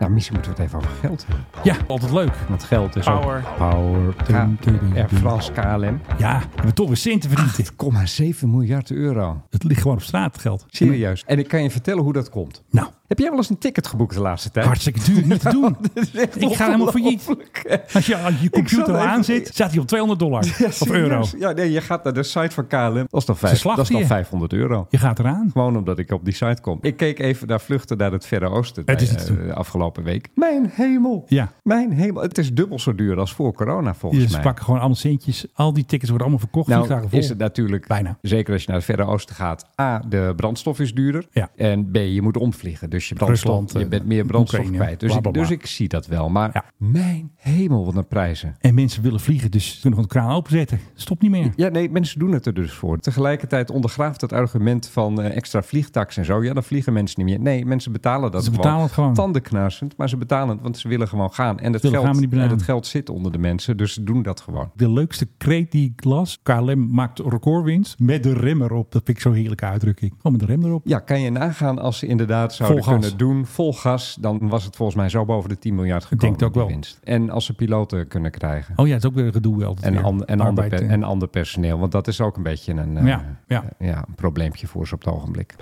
Speaker 4: Nou, misschien moeten we het even over geld hebben.
Speaker 6: Ja, altijd leuk.
Speaker 4: Want geld is
Speaker 6: Power.
Speaker 4: ook... Power.
Speaker 6: Dun, dun, dun,
Speaker 4: K- Air
Speaker 6: dun.
Speaker 4: France KLM.
Speaker 6: Ja, we hebben toch weer centen verdiend. hè.
Speaker 4: 8,7 miljard euro.
Speaker 6: Het ligt gewoon op straat, het geld.
Speaker 4: Serieus. En ik kan je vertellen hoe dat komt.
Speaker 6: Nou,
Speaker 4: Heb jij wel eens een ticket geboekt de laatste tijd?
Speaker 6: hartstikke duur niet te doen.
Speaker 4: Dit is echt
Speaker 6: Ik ga helemaal failliet.
Speaker 4: ongelooflijk.
Speaker 6: Als je als je
Speaker 4: zat
Speaker 6: computer al
Speaker 4: even-
Speaker 6: aanzet, staat hij op 200 dollar
Speaker 4: Ja,
Speaker 6: of euro.
Speaker 4: serieus. Ja, nee, je gaat naar de site van KLM. Dat is dan, vijf,
Speaker 6: Verslachten
Speaker 4: dat is dan
Speaker 6: je.
Speaker 4: 500 euro.
Speaker 6: Je gaat eraan.
Speaker 4: Gewoon omdat ik op die site kom. Ik keek even naar vluchten naar het Verre Oosten
Speaker 6: Het is
Speaker 4: bij,
Speaker 6: niet
Speaker 4: eh,
Speaker 6: te doen.
Speaker 4: de afgelopen week. Mijn hemel.
Speaker 6: Ja.
Speaker 4: Mijn hemel. Het is dubbel zo duur als voor corona volgens
Speaker 6: Je
Speaker 4: mij.
Speaker 6: pakken gewoon allemaal centjes. Al die tickets worden allemaal verkocht.
Speaker 4: Nou
Speaker 6: vliegtuigen vol.
Speaker 4: is het natuurlijk,
Speaker 6: Bijna.
Speaker 4: zeker als je naar het Verre Oosten gaat, A, de brandstof is duurder.
Speaker 6: Ja.
Speaker 4: En B, je moet omvliegen. Dus je, brandstof,
Speaker 6: Rusland,
Speaker 4: je
Speaker 6: eh,
Speaker 4: bent meer brandstof
Speaker 6: Oekraïne,
Speaker 4: kwijt. Dus,
Speaker 6: bla, bla,
Speaker 4: ik,
Speaker 6: bla.
Speaker 4: dus ik zie dat wel. Maar
Speaker 6: Ja.
Speaker 4: mijn hemel, wat een prijzen.
Speaker 6: En mensen willen vliegen, dus ze kunnen gewoon de kraan openzetten. Stop niet meer.
Speaker 4: Ja, nee, mensen doen het er dus voor. Tegelijkertijd ondergraaft het argument van eh, extra vliegtax en zo. Ja, dan vliegen mensen niet meer. Nee, mensen betalen dat
Speaker 6: Ze
Speaker 4: gewoon.
Speaker 6: betalen het gewoon.
Speaker 4: Tandenknarsend, maar ze betalen het, want ze willen gewoon gaan. En het,
Speaker 6: willen
Speaker 4: geld,
Speaker 6: gaan met die
Speaker 4: en
Speaker 6: banaan.
Speaker 4: het geld zit onder de mensen, dus ze doen dat gewoon.
Speaker 6: De leukste kreet die ik las. KLM maakt recordwinst met de rem erop. Dat vind ik zo'n heerlijke uitdrukking. Gewoon met de rem erop.
Speaker 4: Ja, kan je nagaan als ze inderdaad zouden
Speaker 6: Vol gas.
Speaker 4: kunnen doen vol gas, dan was het volgens mij zo boven de 10 miljard gekomen.
Speaker 6: denk het ook
Speaker 4: die
Speaker 6: wel.
Speaker 4: winst. En als ze piloten kunnen krijgen.
Speaker 6: Oh ja, het is ook weer een gedoe. Altijd
Speaker 4: En,
Speaker 6: weer.
Speaker 4: an- en, ander
Speaker 6: Arbeid,
Speaker 4: pe-
Speaker 6: eh.
Speaker 4: en ander personeel, want dat is ook een beetje een, eh,
Speaker 6: Ja, ja.
Speaker 4: eh, ja, een probleempje voor ze op het ogenblik.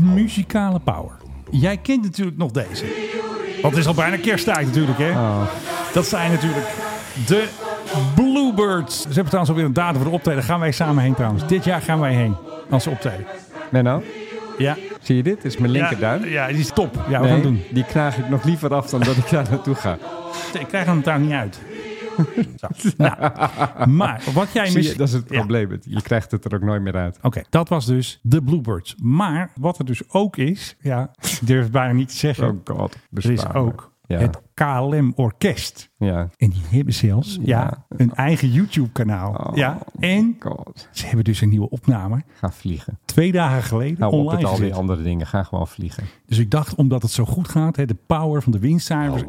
Speaker 6: Muzikale power. Jij kent natuurlijk nog deze. Want het is al bijna kersttijd natuurlijk, hè?
Speaker 4: Oh.
Speaker 6: Dat zijn natuurlijk de Bluebirds. Ze hebben trouwens alweer een datum voor de optreden. Gaan wij samen heen trouwens. Dit jaar gaan wij heen als ze optreden.
Speaker 4: Menno,
Speaker 6: Ja.
Speaker 4: zie je dit? Dit is mijn linkerduim.
Speaker 6: Ja, ja, die is top. Ja, we gaan
Speaker 4: Nee,
Speaker 6: het doen.
Speaker 4: die knaag ik nog liever af dan dat ik daar naartoe ga.
Speaker 6: Ik krijg hem daar niet uit. Zo. Nou, maar wat jij
Speaker 4: Zie je,
Speaker 6: misschien...
Speaker 4: dat is het
Speaker 6: Ja.
Speaker 4: probleem. Het- Je krijgt het er ook nooit meer uit.
Speaker 6: Oké, dat was dus de Bluebirds. Maar wat er dus ook is... Ja, ik durf het bijna niet te zeggen.
Speaker 4: Oh god,
Speaker 6: er is
Speaker 4: bespaar me.
Speaker 6: ook
Speaker 4: Ja.
Speaker 6: het KLM Orkest.
Speaker 4: Ja.
Speaker 6: En die hebben zelfs ja. een eigen YouTube-kanaal.
Speaker 4: Oh,
Speaker 6: ja. En
Speaker 4: God,
Speaker 6: ze hebben dus een nieuwe opname.
Speaker 4: ga vliegen.
Speaker 6: Twee dagen geleden
Speaker 4: Hou Nou, op
Speaker 6: online
Speaker 4: met al die
Speaker 6: gezet.
Speaker 4: andere dingen. Ga gewoon vliegen.
Speaker 6: Dus ik dacht, omdat het zo goed gaat, hè, de power van de winstcijfers.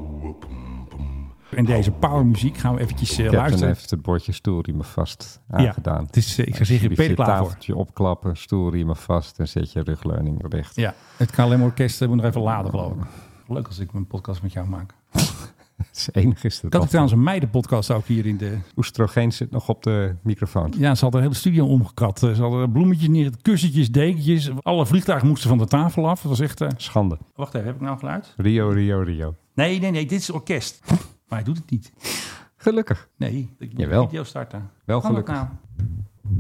Speaker 6: En deze powermuziek gaan we eventjes eh,
Speaker 4: Captain
Speaker 6: luisteren.
Speaker 4: heeft het bordje stoelriemen vast
Speaker 6: Ja,
Speaker 4: aangedaan.
Speaker 6: het is, eh, ik zou zeggen,
Speaker 4: Alsjeblieft,
Speaker 6: ben je er klaar voor?
Speaker 4: tafeltje opklappen, stoelriemen vast en zet je rugleuning recht.
Speaker 6: Ja, het KLM Orkest eh, moet nog even laden, geloof ik. Leuk als ik een podcast met jou maak.
Speaker 4: is enig is dat.
Speaker 6: Ik had
Speaker 4: al.
Speaker 6: trouwens een meidenpodcast ook hier in de...
Speaker 4: Oestrogeen zit nog op de microfoon.
Speaker 6: Ja, ze hadden de hele studio omgekat. Eh, Ze hadden bloemetjes neer, kussentjes, dekentjes. Alle vliegtuigen moesten van de tafel af. Dat was echt... eh,
Speaker 4: Schande.
Speaker 6: Wacht even, heb ik nou geluid?
Speaker 4: Rio, Rio, Rio.
Speaker 6: Nee, nee, nee, dit is orkest. Maar hij doet het niet.
Speaker 4: Gelukkig.
Speaker 6: Nee, ik moet
Speaker 4: Jawel.
Speaker 6: de video starten.
Speaker 4: Wel
Speaker 6: Kan dat
Speaker 4: gelukkig.
Speaker 6: nou?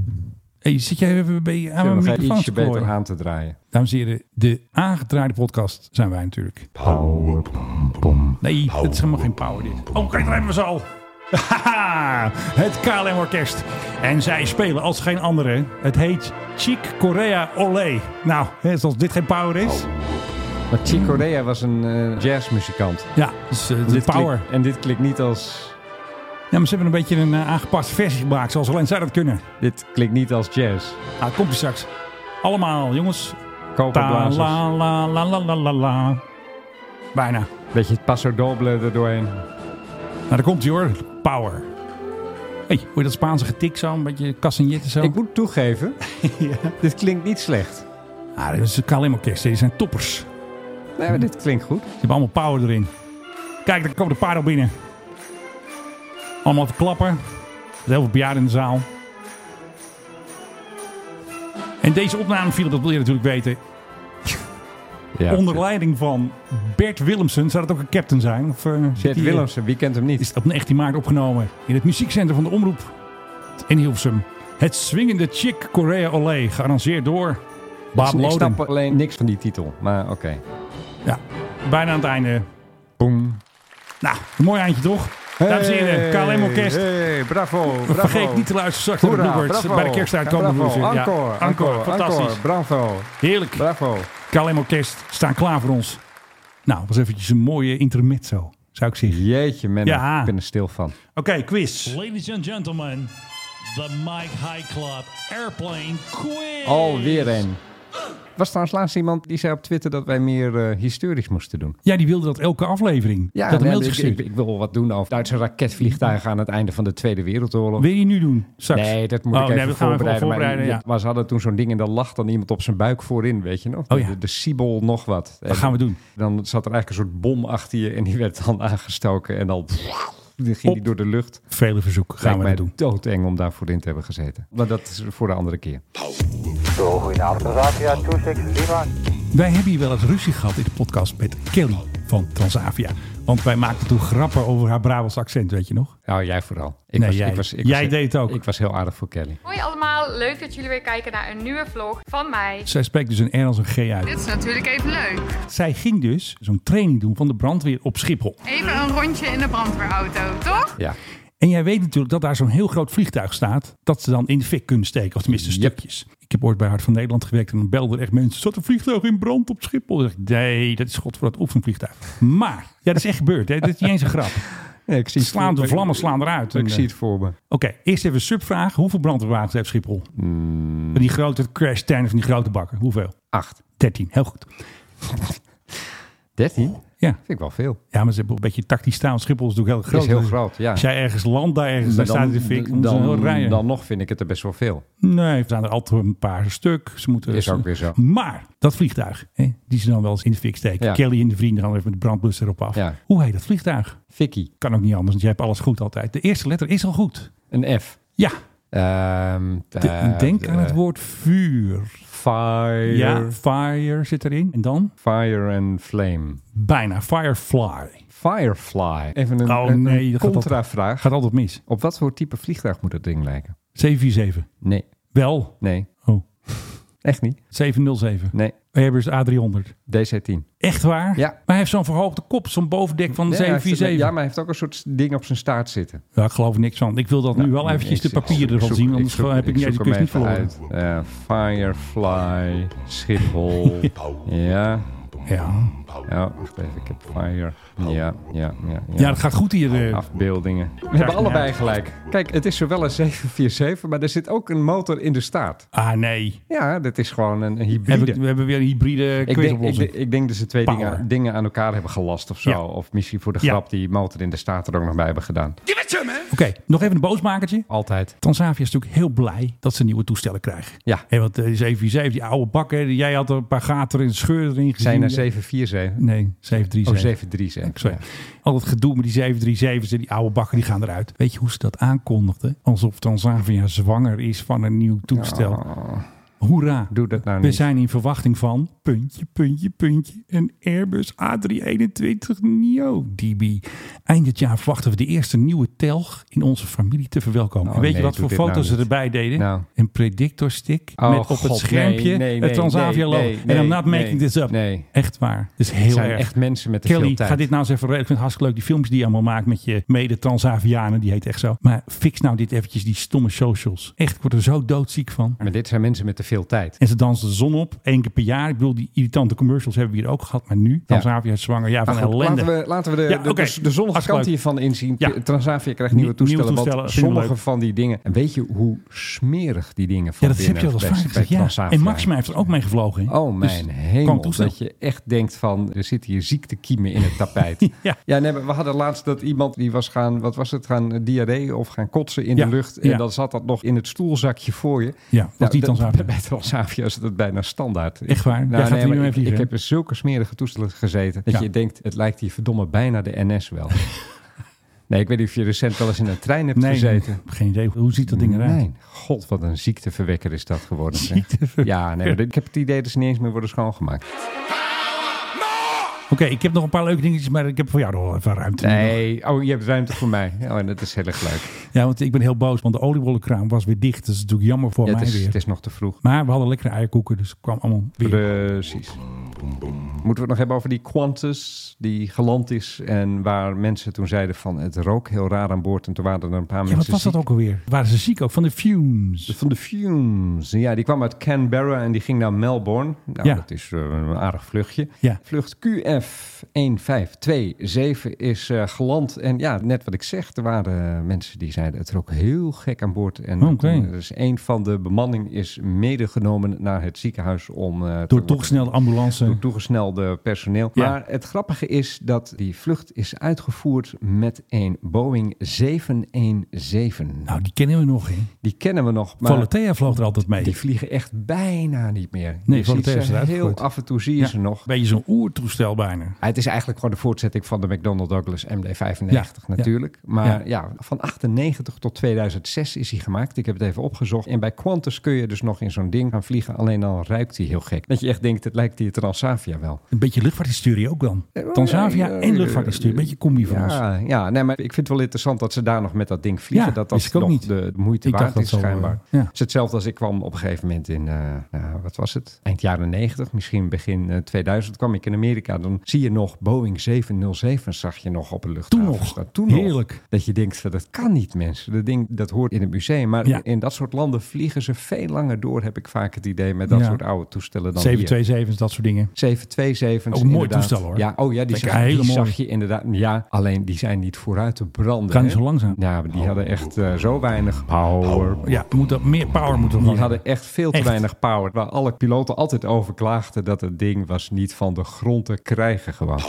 Speaker 6: Hey, zit jij even bij aan
Speaker 4: Om
Speaker 6: mijn
Speaker 4: nog even
Speaker 6: microfoon
Speaker 4: ietsje
Speaker 6: te
Speaker 4: beter
Speaker 6: klooien?
Speaker 4: aan te draaien.
Speaker 6: Dames en heren, de aangedraaide podcast zijn wij natuurlijk. Nee, het is helemaal geen power dit. Oh, kijk, daar hebben we ze al. Haha, het KLM Orkest. En zij spelen als geen andere. Het heet Chic Korea Olé. Nou, hè, zoals dit geen power is.
Speaker 4: Maar Chick Corea was een eh, jazzmuzikant.
Speaker 6: Ja, dus, eh, de
Speaker 4: Dit
Speaker 6: power.
Speaker 4: klinkt- en dit klinkt niet als...
Speaker 6: Ja, maar ze hebben een beetje een eh, aangepaste versie gemaakt. Zoals alleen zij dat kunnen.
Speaker 4: Dit klinkt niet als jazz.
Speaker 6: Nou, komt ie straks. Allemaal, jongens. Ta
Speaker 4: Koperblazers.
Speaker 6: la la la la la la la. Bijna.
Speaker 4: Beetje het paso doble erdoorheen.
Speaker 6: Nou, daar komt hij hoor. Power. Hey, hoor je dat Spaanse getik zo? Een beetje castagnette zo?
Speaker 4: Ik moet toegeven, dit klinkt niet slecht.
Speaker 6: Ah, dit is een KLM orkest. Dit zijn toppers.
Speaker 4: Nee, maar dit klinkt goed.
Speaker 6: Die hebben allemaal power erin. Kijk, daar komen de paarden binnen. Allemaal te klappen. Er zijn heel veel bejaarden in de zaal. En deze opname, Philip, dat wil je natuurlijk weten.
Speaker 4: Ja,
Speaker 6: Onder leiding van Bert Willemsen. Zou dat ook een captain zijn? Of, eh, zit
Speaker 4: Jet
Speaker 6: die, eh,
Speaker 4: Willemsen, wie kent hem niet?
Speaker 6: is op 19 maart opgenomen in het muziekcentrum van de Omroep in Hilversum. Het swingende Chick Korea Olé, gearrangeerd door Bob
Speaker 4: Ik
Speaker 6: Loden.
Speaker 4: snap alleen niks van die titel, maar oké.
Speaker 6: Ja, bijna aan het einde.
Speaker 4: Boom.
Speaker 6: Nou, een mooi eindje toch? Dames en heren, KLM Orkest.
Speaker 4: Hey, bravo, bravo.
Speaker 6: Vergeet niet te luisteren straks naar de
Speaker 4: Hoera,
Speaker 6: Bluebirds
Speaker 4: bravo.
Speaker 6: bij de kerstuit komen.
Speaker 4: Bravo,
Speaker 6: Broertje. Ja,
Speaker 4: Encore, encore,
Speaker 6: fantastisch.
Speaker 4: encore, bravo,
Speaker 6: Heerlijk.
Speaker 4: bravo.
Speaker 6: KLM Orkest staan klaar voor ons. Nou, was eventjes een mooie intermezzo, zou ik zeggen.
Speaker 4: Jeetje, man,
Speaker 6: Ja.
Speaker 4: ik ben er stil van.
Speaker 6: Oké, quiz.
Speaker 8: Ladies and gentlemen, the Mike High Club Airplane Quiz.
Speaker 4: Alweer een. Was trouwens laatst iemand die zei op Twitter dat wij meer eh, historisch moesten doen.
Speaker 6: Ja, die wilde dat elke aflevering. Ja, dat
Speaker 4: nou,
Speaker 6: een mailtje
Speaker 4: ik,
Speaker 6: gestuurd.
Speaker 4: ik, ik wil wat doen over Duitse raketvliegtuigen aan het einde van de Tweede Wereldoorlog.
Speaker 6: Wil je nu doen? Straks.
Speaker 4: Nee, dat moet
Speaker 6: Oh,
Speaker 4: ik even
Speaker 6: nee, dat gaan we even
Speaker 4: voorbereiden.
Speaker 6: voorbereiden,
Speaker 4: maar,
Speaker 6: ja.
Speaker 4: maar ze hadden toen zo'n ding en daar lag dan iemand op zijn buik voorin, weet je nog?
Speaker 6: Oh ja.
Speaker 4: De, de Sibol nog wat. En
Speaker 6: gaan we doen.
Speaker 4: Dan zat er eigenlijk een soort bom achter je en die werd dan aangestoken en dan... Die ging die
Speaker 6: Op.
Speaker 4: door de lucht.
Speaker 6: Vele verzoek gaan
Speaker 4: Lijkt
Speaker 6: we
Speaker 4: mij
Speaker 6: dat doen.
Speaker 4: doodeng om daar voorin te hebben gezeten. Maar dat is voor de andere keer.
Speaker 6: Wij hebben hier wel eens ruzie gehad in de podcast met Kelly van Transavia. Want wij maakten toen grappen over haar Brabants accent, weet je nog?
Speaker 4: Nou, jij vooral. Ik
Speaker 6: Nee, jij. Jij deed het ook.
Speaker 4: Ik was heel aardig voor Kelly.
Speaker 5: Hoi allemaal, leuk dat jullie weer kijken naar een nieuwe vlog van mij.
Speaker 6: Zij spreekt dus een R als een G uit.
Speaker 9: Dit is natuurlijk even leuk.
Speaker 6: Zij ging dus zo'n training doen van de brandweer op Schiphol.
Speaker 9: Even een rondje in de brandweerauto, toch?
Speaker 4: Ja.
Speaker 6: En jij weet natuurlijk dat daar zo'n heel groot vliegtuig staat. Dat ze dan in de fik kunnen steken. Of tenminste stukjes. Ik heb ooit bij Hart van Nederland gewerkt. En dan belden er echt mensen. Zat een vliegtuig in brand op Schiphol? Dan zeg ik, nee, dat is god voor dat oefenvliegtuig. Maar, ja, dat is echt gebeurd. Hè? Dat is niet eens een grap.
Speaker 4: ik zie
Speaker 6: Die slaan de vlammen slaan eruit. En,
Speaker 4: Ik
Speaker 6: eh,
Speaker 4: zie het voor me.
Speaker 6: Oké, eerst even een subvraag. Hoeveel brandweerwagens heeft Schiphol?
Speaker 4: Mm.
Speaker 6: Van die grote crash tanks, van die grote bakken. Hoeveel?
Speaker 4: Acht.
Speaker 6: 13, heel goed.
Speaker 4: Dertien?
Speaker 6: Ja,
Speaker 4: Vind ik wel veel.
Speaker 6: ja maar ze hebben een beetje tactisch staan. want Schiphol is natuurlijk
Speaker 4: Dat
Speaker 6: heel groot.
Speaker 4: is heel
Speaker 6: Dus
Speaker 4: groot, ja.
Speaker 6: Als jij ergens landt, daar ergens, daar staat de fik. Dan, moeten ze heel rijden.
Speaker 4: dan nog vind ik het er best wel veel.
Speaker 6: Nee, er staan er altijd een paar stuk. Ze moeten
Speaker 4: Is ook weer zo.
Speaker 6: Maar dat vliegtuig, hè, die ze dan wel eens in de fik steken.
Speaker 4: Ja.
Speaker 6: Kelly en de vrienden gaan even met de brandblusser erop af.
Speaker 4: Ja.
Speaker 6: Hoe heet dat vliegtuig?
Speaker 4: Vicky,
Speaker 6: Kan ook niet anders, want jij hebt alles goed altijd. De eerste letter is al goed.
Speaker 4: een F.
Speaker 6: Ja,
Speaker 4: Ehm,
Speaker 6: de-
Speaker 4: eh,
Speaker 6: denk aan
Speaker 4: eh,
Speaker 6: het woord vuur.
Speaker 4: Fire.
Speaker 6: Ja, fire zit erin. En dan?
Speaker 4: Fire and flame.
Speaker 6: Bijna, firefly.
Speaker 4: Firefly. Even een,
Speaker 6: Oh
Speaker 4: een-
Speaker 6: nee,
Speaker 4: een
Speaker 6: dat gaat
Speaker 4: contravraag.
Speaker 6: Gaat altijd mis.
Speaker 4: Op wat voor type vliegtuig moet dat ding lijken?
Speaker 6: 747.
Speaker 4: Nee,
Speaker 6: Wel.
Speaker 4: nee,
Speaker 6: Oh,
Speaker 4: echt niet.
Speaker 6: 707.
Speaker 4: Nee,
Speaker 6: Airbus A300.
Speaker 4: DC-10.
Speaker 6: Echt waar?
Speaker 4: Ja.
Speaker 6: Maar hij heeft zo'n verhoogde kop, zo'n bovendek van de
Speaker 4: Nee, hij heeft-
Speaker 6: 747.
Speaker 4: Ja, maar hij heeft ook een soort ding op zijn staart zitten.
Speaker 6: Ja, ik geloof er niks van. Ik wil dat nu wel
Speaker 4: Ik-
Speaker 6: eventjes de
Speaker 4: ik- ik
Speaker 6: papieren ervan
Speaker 4: zoek-
Speaker 6: zien, anders
Speaker 4: zoek-
Speaker 6: heb ik, niet de
Speaker 4: zoek
Speaker 6: kus
Speaker 4: hem
Speaker 6: niet
Speaker 4: even
Speaker 6: verloren.
Speaker 4: uit. Eh, Firefly, Schiphol. ja.
Speaker 6: Ja.
Speaker 4: Ja, wacht even, ik heb fire. Ja, ja, ja. ja.
Speaker 6: ja, dat gaat goed hier. eh.
Speaker 4: Afbeeldingen. We hebben allebei gelijk. Kijk, het is zowel een 747, maar er zit ook een motor in de staart.
Speaker 6: Ah nee,
Speaker 4: Ja, dat is gewoon een, een
Speaker 6: Heb
Speaker 4: hybride.
Speaker 6: ik- we hebben weer een hybride
Speaker 4: ik, denk, ik,
Speaker 6: quizoplossing.
Speaker 4: denk- ik denk dat ze twee
Speaker 6: Power.
Speaker 4: dingen, dingen aan elkaar hebben gelast of zo.
Speaker 6: Ja.
Speaker 4: Of misschien voor de
Speaker 6: Ja.
Speaker 4: grap die motor in de staart er ook nog bij hebben gedaan.
Speaker 1: Give it to me.
Speaker 6: Oké, nog even een boosmakertje.
Speaker 4: Altijd.
Speaker 6: Transavia is natuurlijk heel blij dat ze nieuwe toestellen krijgen.
Speaker 4: Ja.
Speaker 6: Hè, want eh, die 747, die oude bakken, jij had er een paar gaten en scheuren erin gezien.
Speaker 4: Zijn er 747's? 747?
Speaker 6: Nee, 737.
Speaker 4: Oh, 737.
Speaker 6: Ik zei, Al dat gedoe met die 737's en die oude bakken, die gaan eruit. Weet je hoe ze dat aankondigden? Alsof Tanzania zwanger is van een nieuw toestel. Hoera.
Speaker 4: Oh. Doe dat nou
Speaker 6: We
Speaker 4: niet.
Speaker 6: zijn in verwachting van, puntje, puntje, puntje, een Airbus A321 NEO DB. Eind dit jaar verwachten we de eerste nieuwe telg in onze familie te verwelkomen.
Speaker 4: Oh,
Speaker 6: en weet
Speaker 4: nee,
Speaker 6: je wat
Speaker 4: doe
Speaker 6: voor
Speaker 4: dit nou
Speaker 6: foto's ze
Speaker 4: niet.
Speaker 6: erbij deden?
Speaker 4: Nou.
Speaker 6: Een predictorstick
Speaker 4: Oh,
Speaker 6: met op
Speaker 4: God,
Speaker 6: het schermpje
Speaker 4: nee, nee, nee,
Speaker 6: het
Speaker 4: nee,
Speaker 6: Transavia logo.
Speaker 4: nee,
Speaker 6: en I'm
Speaker 4: nee,
Speaker 6: not making
Speaker 4: nee,
Speaker 6: this up.
Speaker 4: nee.
Speaker 6: Echt waar. Dus heel
Speaker 4: Het zijn
Speaker 6: erg.
Speaker 4: echt mensen met te
Speaker 6: Kelly,
Speaker 4: veel tijd.
Speaker 6: ga dit nou eens even regelen. Ik vind het hartstikke leuk, die filmpjes die je allemaal maakt met je mede-Transavianen, die heet echt zo. Maar fix nou dit eventjes, die stomme socials. Echt, ik word er zo doodziek van.
Speaker 4: Maar dit zijn mensen met te veel tijd.
Speaker 6: En ze dansen de zon op, één keer per jaar. Ik bedoel, die irritante commercials hebben we hier ook gehad. Maar nu, Transavia is zwanger, ja, van
Speaker 4: Maar Nou goed,
Speaker 6: ellende.
Speaker 4: laten, we, laten we de,
Speaker 6: Ja,
Speaker 4: de,
Speaker 6: oké.
Speaker 4: de, de zonnige
Speaker 6: Hartstikke
Speaker 4: kant
Speaker 6: leuk.
Speaker 4: hiervan inzien.
Speaker 6: Ja.
Speaker 4: Transavia krijgt
Speaker 6: Nie-
Speaker 4: nieuwe toestellen.
Speaker 6: nieuwe toestellen,
Speaker 4: want
Speaker 6: vinden we
Speaker 4: sommige
Speaker 6: leuk.
Speaker 4: van die dingen... En weet je hoe smerig die dingen
Speaker 6: Ja,
Speaker 4: van
Speaker 6: dat heb je
Speaker 4: binnen
Speaker 6: al eens
Speaker 4: bij-
Speaker 6: vaak
Speaker 4: bij
Speaker 6: gezegd, ja.
Speaker 4: Transavia
Speaker 6: En Maxima heeft er ook mee gevlogen. hè?
Speaker 4: Oh
Speaker 6: Dus
Speaker 4: mijn
Speaker 6: kwam
Speaker 4: hemel,
Speaker 6: toestel.
Speaker 4: dat je echt denkt van, er zitten hier ziektekiemen in het tapijt.
Speaker 6: Ja.
Speaker 4: nee, maar we hadden laatst dat iemand die was gaan, wat was het, gaan eh, diarree of gaan kotsen in
Speaker 6: Ja,
Speaker 4: de lucht. En
Speaker 6: ja.
Speaker 4: dan zat dat nog in het stoelzakje voor je.
Speaker 6: Ja, was die
Speaker 4: Nou, dat-
Speaker 6: Transavia?
Speaker 4: Bij Transavia is dat bijna standaard. Nou,
Speaker 6: Echt waar? Jij gaat er niet
Speaker 4: maar
Speaker 6: meer mee
Speaker 4: ik,
Speaker 6: vliegen,
Speaker 4: ik
Speaker 6: hè?
Speaker 4: heb in zulke smerige toestellen gezeten dat
Speaker 6: Ja.
Speaker 4: je denkt, het lijkt hier verdomme bijna de NS wel. nee, ik weet niet of je recent wel eens in een trein hebt
Speaker 6: Nee,
Speaker 4: gezeten.
Speaker 6: geen idee. Hoe ziet dat ding eruit?
Speaker 4: Nee, god, wat een ziekteverwekker is dat geworden. zeg.
Speaker 6: Ziekteverwekker.
Speaker 4: Ja, nee, maar ik heb het idee dat ze niet eens meer worden schoongemaakt.
Speaker 6: Oké, ik heb nog een paar leuke dingetjes, maar ik heb voor jou nog wel even ruimte.
Speaker 4: Nee, oh, je hebt ruimte voor mij. Oh, en dat is heel erg leuk.
Speaker 6: Ja, want ik ben heel boos, want de oliebollenkraam was weer dicht. Dat is natuurlijk jammer voor
Speaker 4: Ja,
Speaker 6: mij
Speaker 4: het, is,
Speaker 6: weer.
Speaker 4: het is nog te vroeg.
Speaker 6: Maar we hadden lekkere eierkoeken, dus het kwam allemaal weer.
Speaker 4: Precies. Moeten we het nog hebben over die Qantas die geland is en waar mensen toen zeiden van het rook heel raar aan boord en toen waren er een paar
Speaker 6: ja, wat
Speaker 4: mensen
Speaker 6: was dat
Speaker 4: ziek.
Speaker 6: ook alweer? Waren ze ziek ook? Van de fumes.
Speaker 4: Van de fumes. Ja, die kwam uit Canberra en die ging naar Melbourne. Nou,
Speaker 6: Ja.
Speaker 4: dat is eh, een aardig vluchtje.
Speaker 6: Ja.
Speaker 4: Vlucht QF1527 is eh, geland. En ja, net wat ik zeg, er waren eh, mensen die zeiden... het rook heel gek aan boord. En
Speaker 6: Oké.
Speaker 4: toen- er is een van de bemanning is medegenomen naar het ziekenhuis... om eh, te
Speaker 6: Door
Speaker 4: worden-
Speaker 6: toch snel de ambulance.
Speaker 4: door toegesnelde personeel.
Speaker 6: Ja.
Speaker 4: Maar het grappige is dat die vlucht is uitgevoerd met een Boeing 717.
Speaker 6: Nou, die kennen we nog, hè?
Speaker 4: Die kennen we nog. Maar
Speaker 6: Volotea vloog er altijd mee.
Speaker 4: die vliegen echt bijna niet meer.
Speaker 6: Nee,
Speaker 4: Je
Speaker 6: van
Speaker 4: ziet
Speaker 6: de
Speaker 4: ze
Speaker 6: Teven eruit
Speaker 4: heel
Speaker 6: gegooid.
Speaker 4: af en toe zie je
Speaker 6: Ja,
Speaker 4: ze nog.
Speaker 6: Beetje zo'n oertoestel bijna.
Speaker 4: Ah, het is eigenlijk gewoon de voortzetting van de McDonnell Douglas MD95
Speaker 6: Ja,
Speaker 4: natuurlijk. Maar
Speaker 6: Ja.
Speaker 4: ja. van 98 tot 2006 is hij gemaakt. Ik heb het even opgezocht. En bij Qantas kun je dus nog in zo'n ding gaan vliegen. Alleen dan ruikt hij heel gek. Dat je echt denkt, het lijkt hier Transavia wel.
Speaker 6: Een beetje luchtvaarthistorie ook dan. Tanzania
Speaker 4: ja,
Speaker 6: en luchtvaarthistorie. Een beetje combi van ons.
Speaker 4: Ja, ja nee, maar ik vind het wel interessant dat ze daar nog met dat ding vliegen.
Speaker 6: Ja,
Speaker 4: dat
Speaker 6: wist
Speaker 4: dat
Speaker 6: ik ook
Speaker 4: nog
Speaker 6: niet.
Speaker 4: de moeite
Speaker 6: Ik dacht
Speaker 4: waard
Speaker 6: dat
Speaker 4: is
Speaker 6: zal, eh,
Speaker 4: schijnbaar.
Speaker 6: ja.
Speaker 4: Het is hetzelfde als ik kwam op een gegeven moment in, eh, nou, wat was het? Eind jaren 90, misschien begin eh, 2000 kwam ik in Amerika. Dan zie je nog Boeing 707 zag je nog op de luchthaven.
Speaker 6: Toen nog.
Speaker 4: staan. Toen
Speaker 6: Heerlijk.
Speaker 4: Nog, dat je denkt, van, dat kan niet mensen. Dat ding, dat hoort in het museum. Maar
Speaker 6: Ja.
Speaker 4: in dat soort landen vliegen ze veel langer door, heb ik vaak het idee, met dat
Speaker 6: Ja.
Speaker 4: soort oude toestellen dan hier.
Speaker 6: 727, dat soort dingen.
Speaker 4: 727.
Speaker 6: Ook een mooi
Speaker 4: inderdaad.
Speaker 6: toestel, hoor.
Speaker 4: Ja, oh ja, die,
Speaker 6: Lekker,
Speaker 4: zag,
Speaker 6: hele
Speaker 4: die
Speaker 6: mooi.
Speaker 4: zag je inderdaad. Ja, alleen die zijn niet vooruit te branden.
Speaker 6: Gaan die
Speaker 4: hè?
Speaker 6: zo langzaam? Oh.
Speaker 4: Ja, maar die hadden echt eh, zo weinig power.
Speaker 6: Ja, moet dat, meer power moeten we
Speaker 4: Die
Speaker 6: gewoon
Speaker 4: hadden echt veel te
Speaker 6: Echt.
Speaker 4: weinig power. Waar alle piloten altijd over klaagden dat het ding was niet van de grond te krijgen gewoon.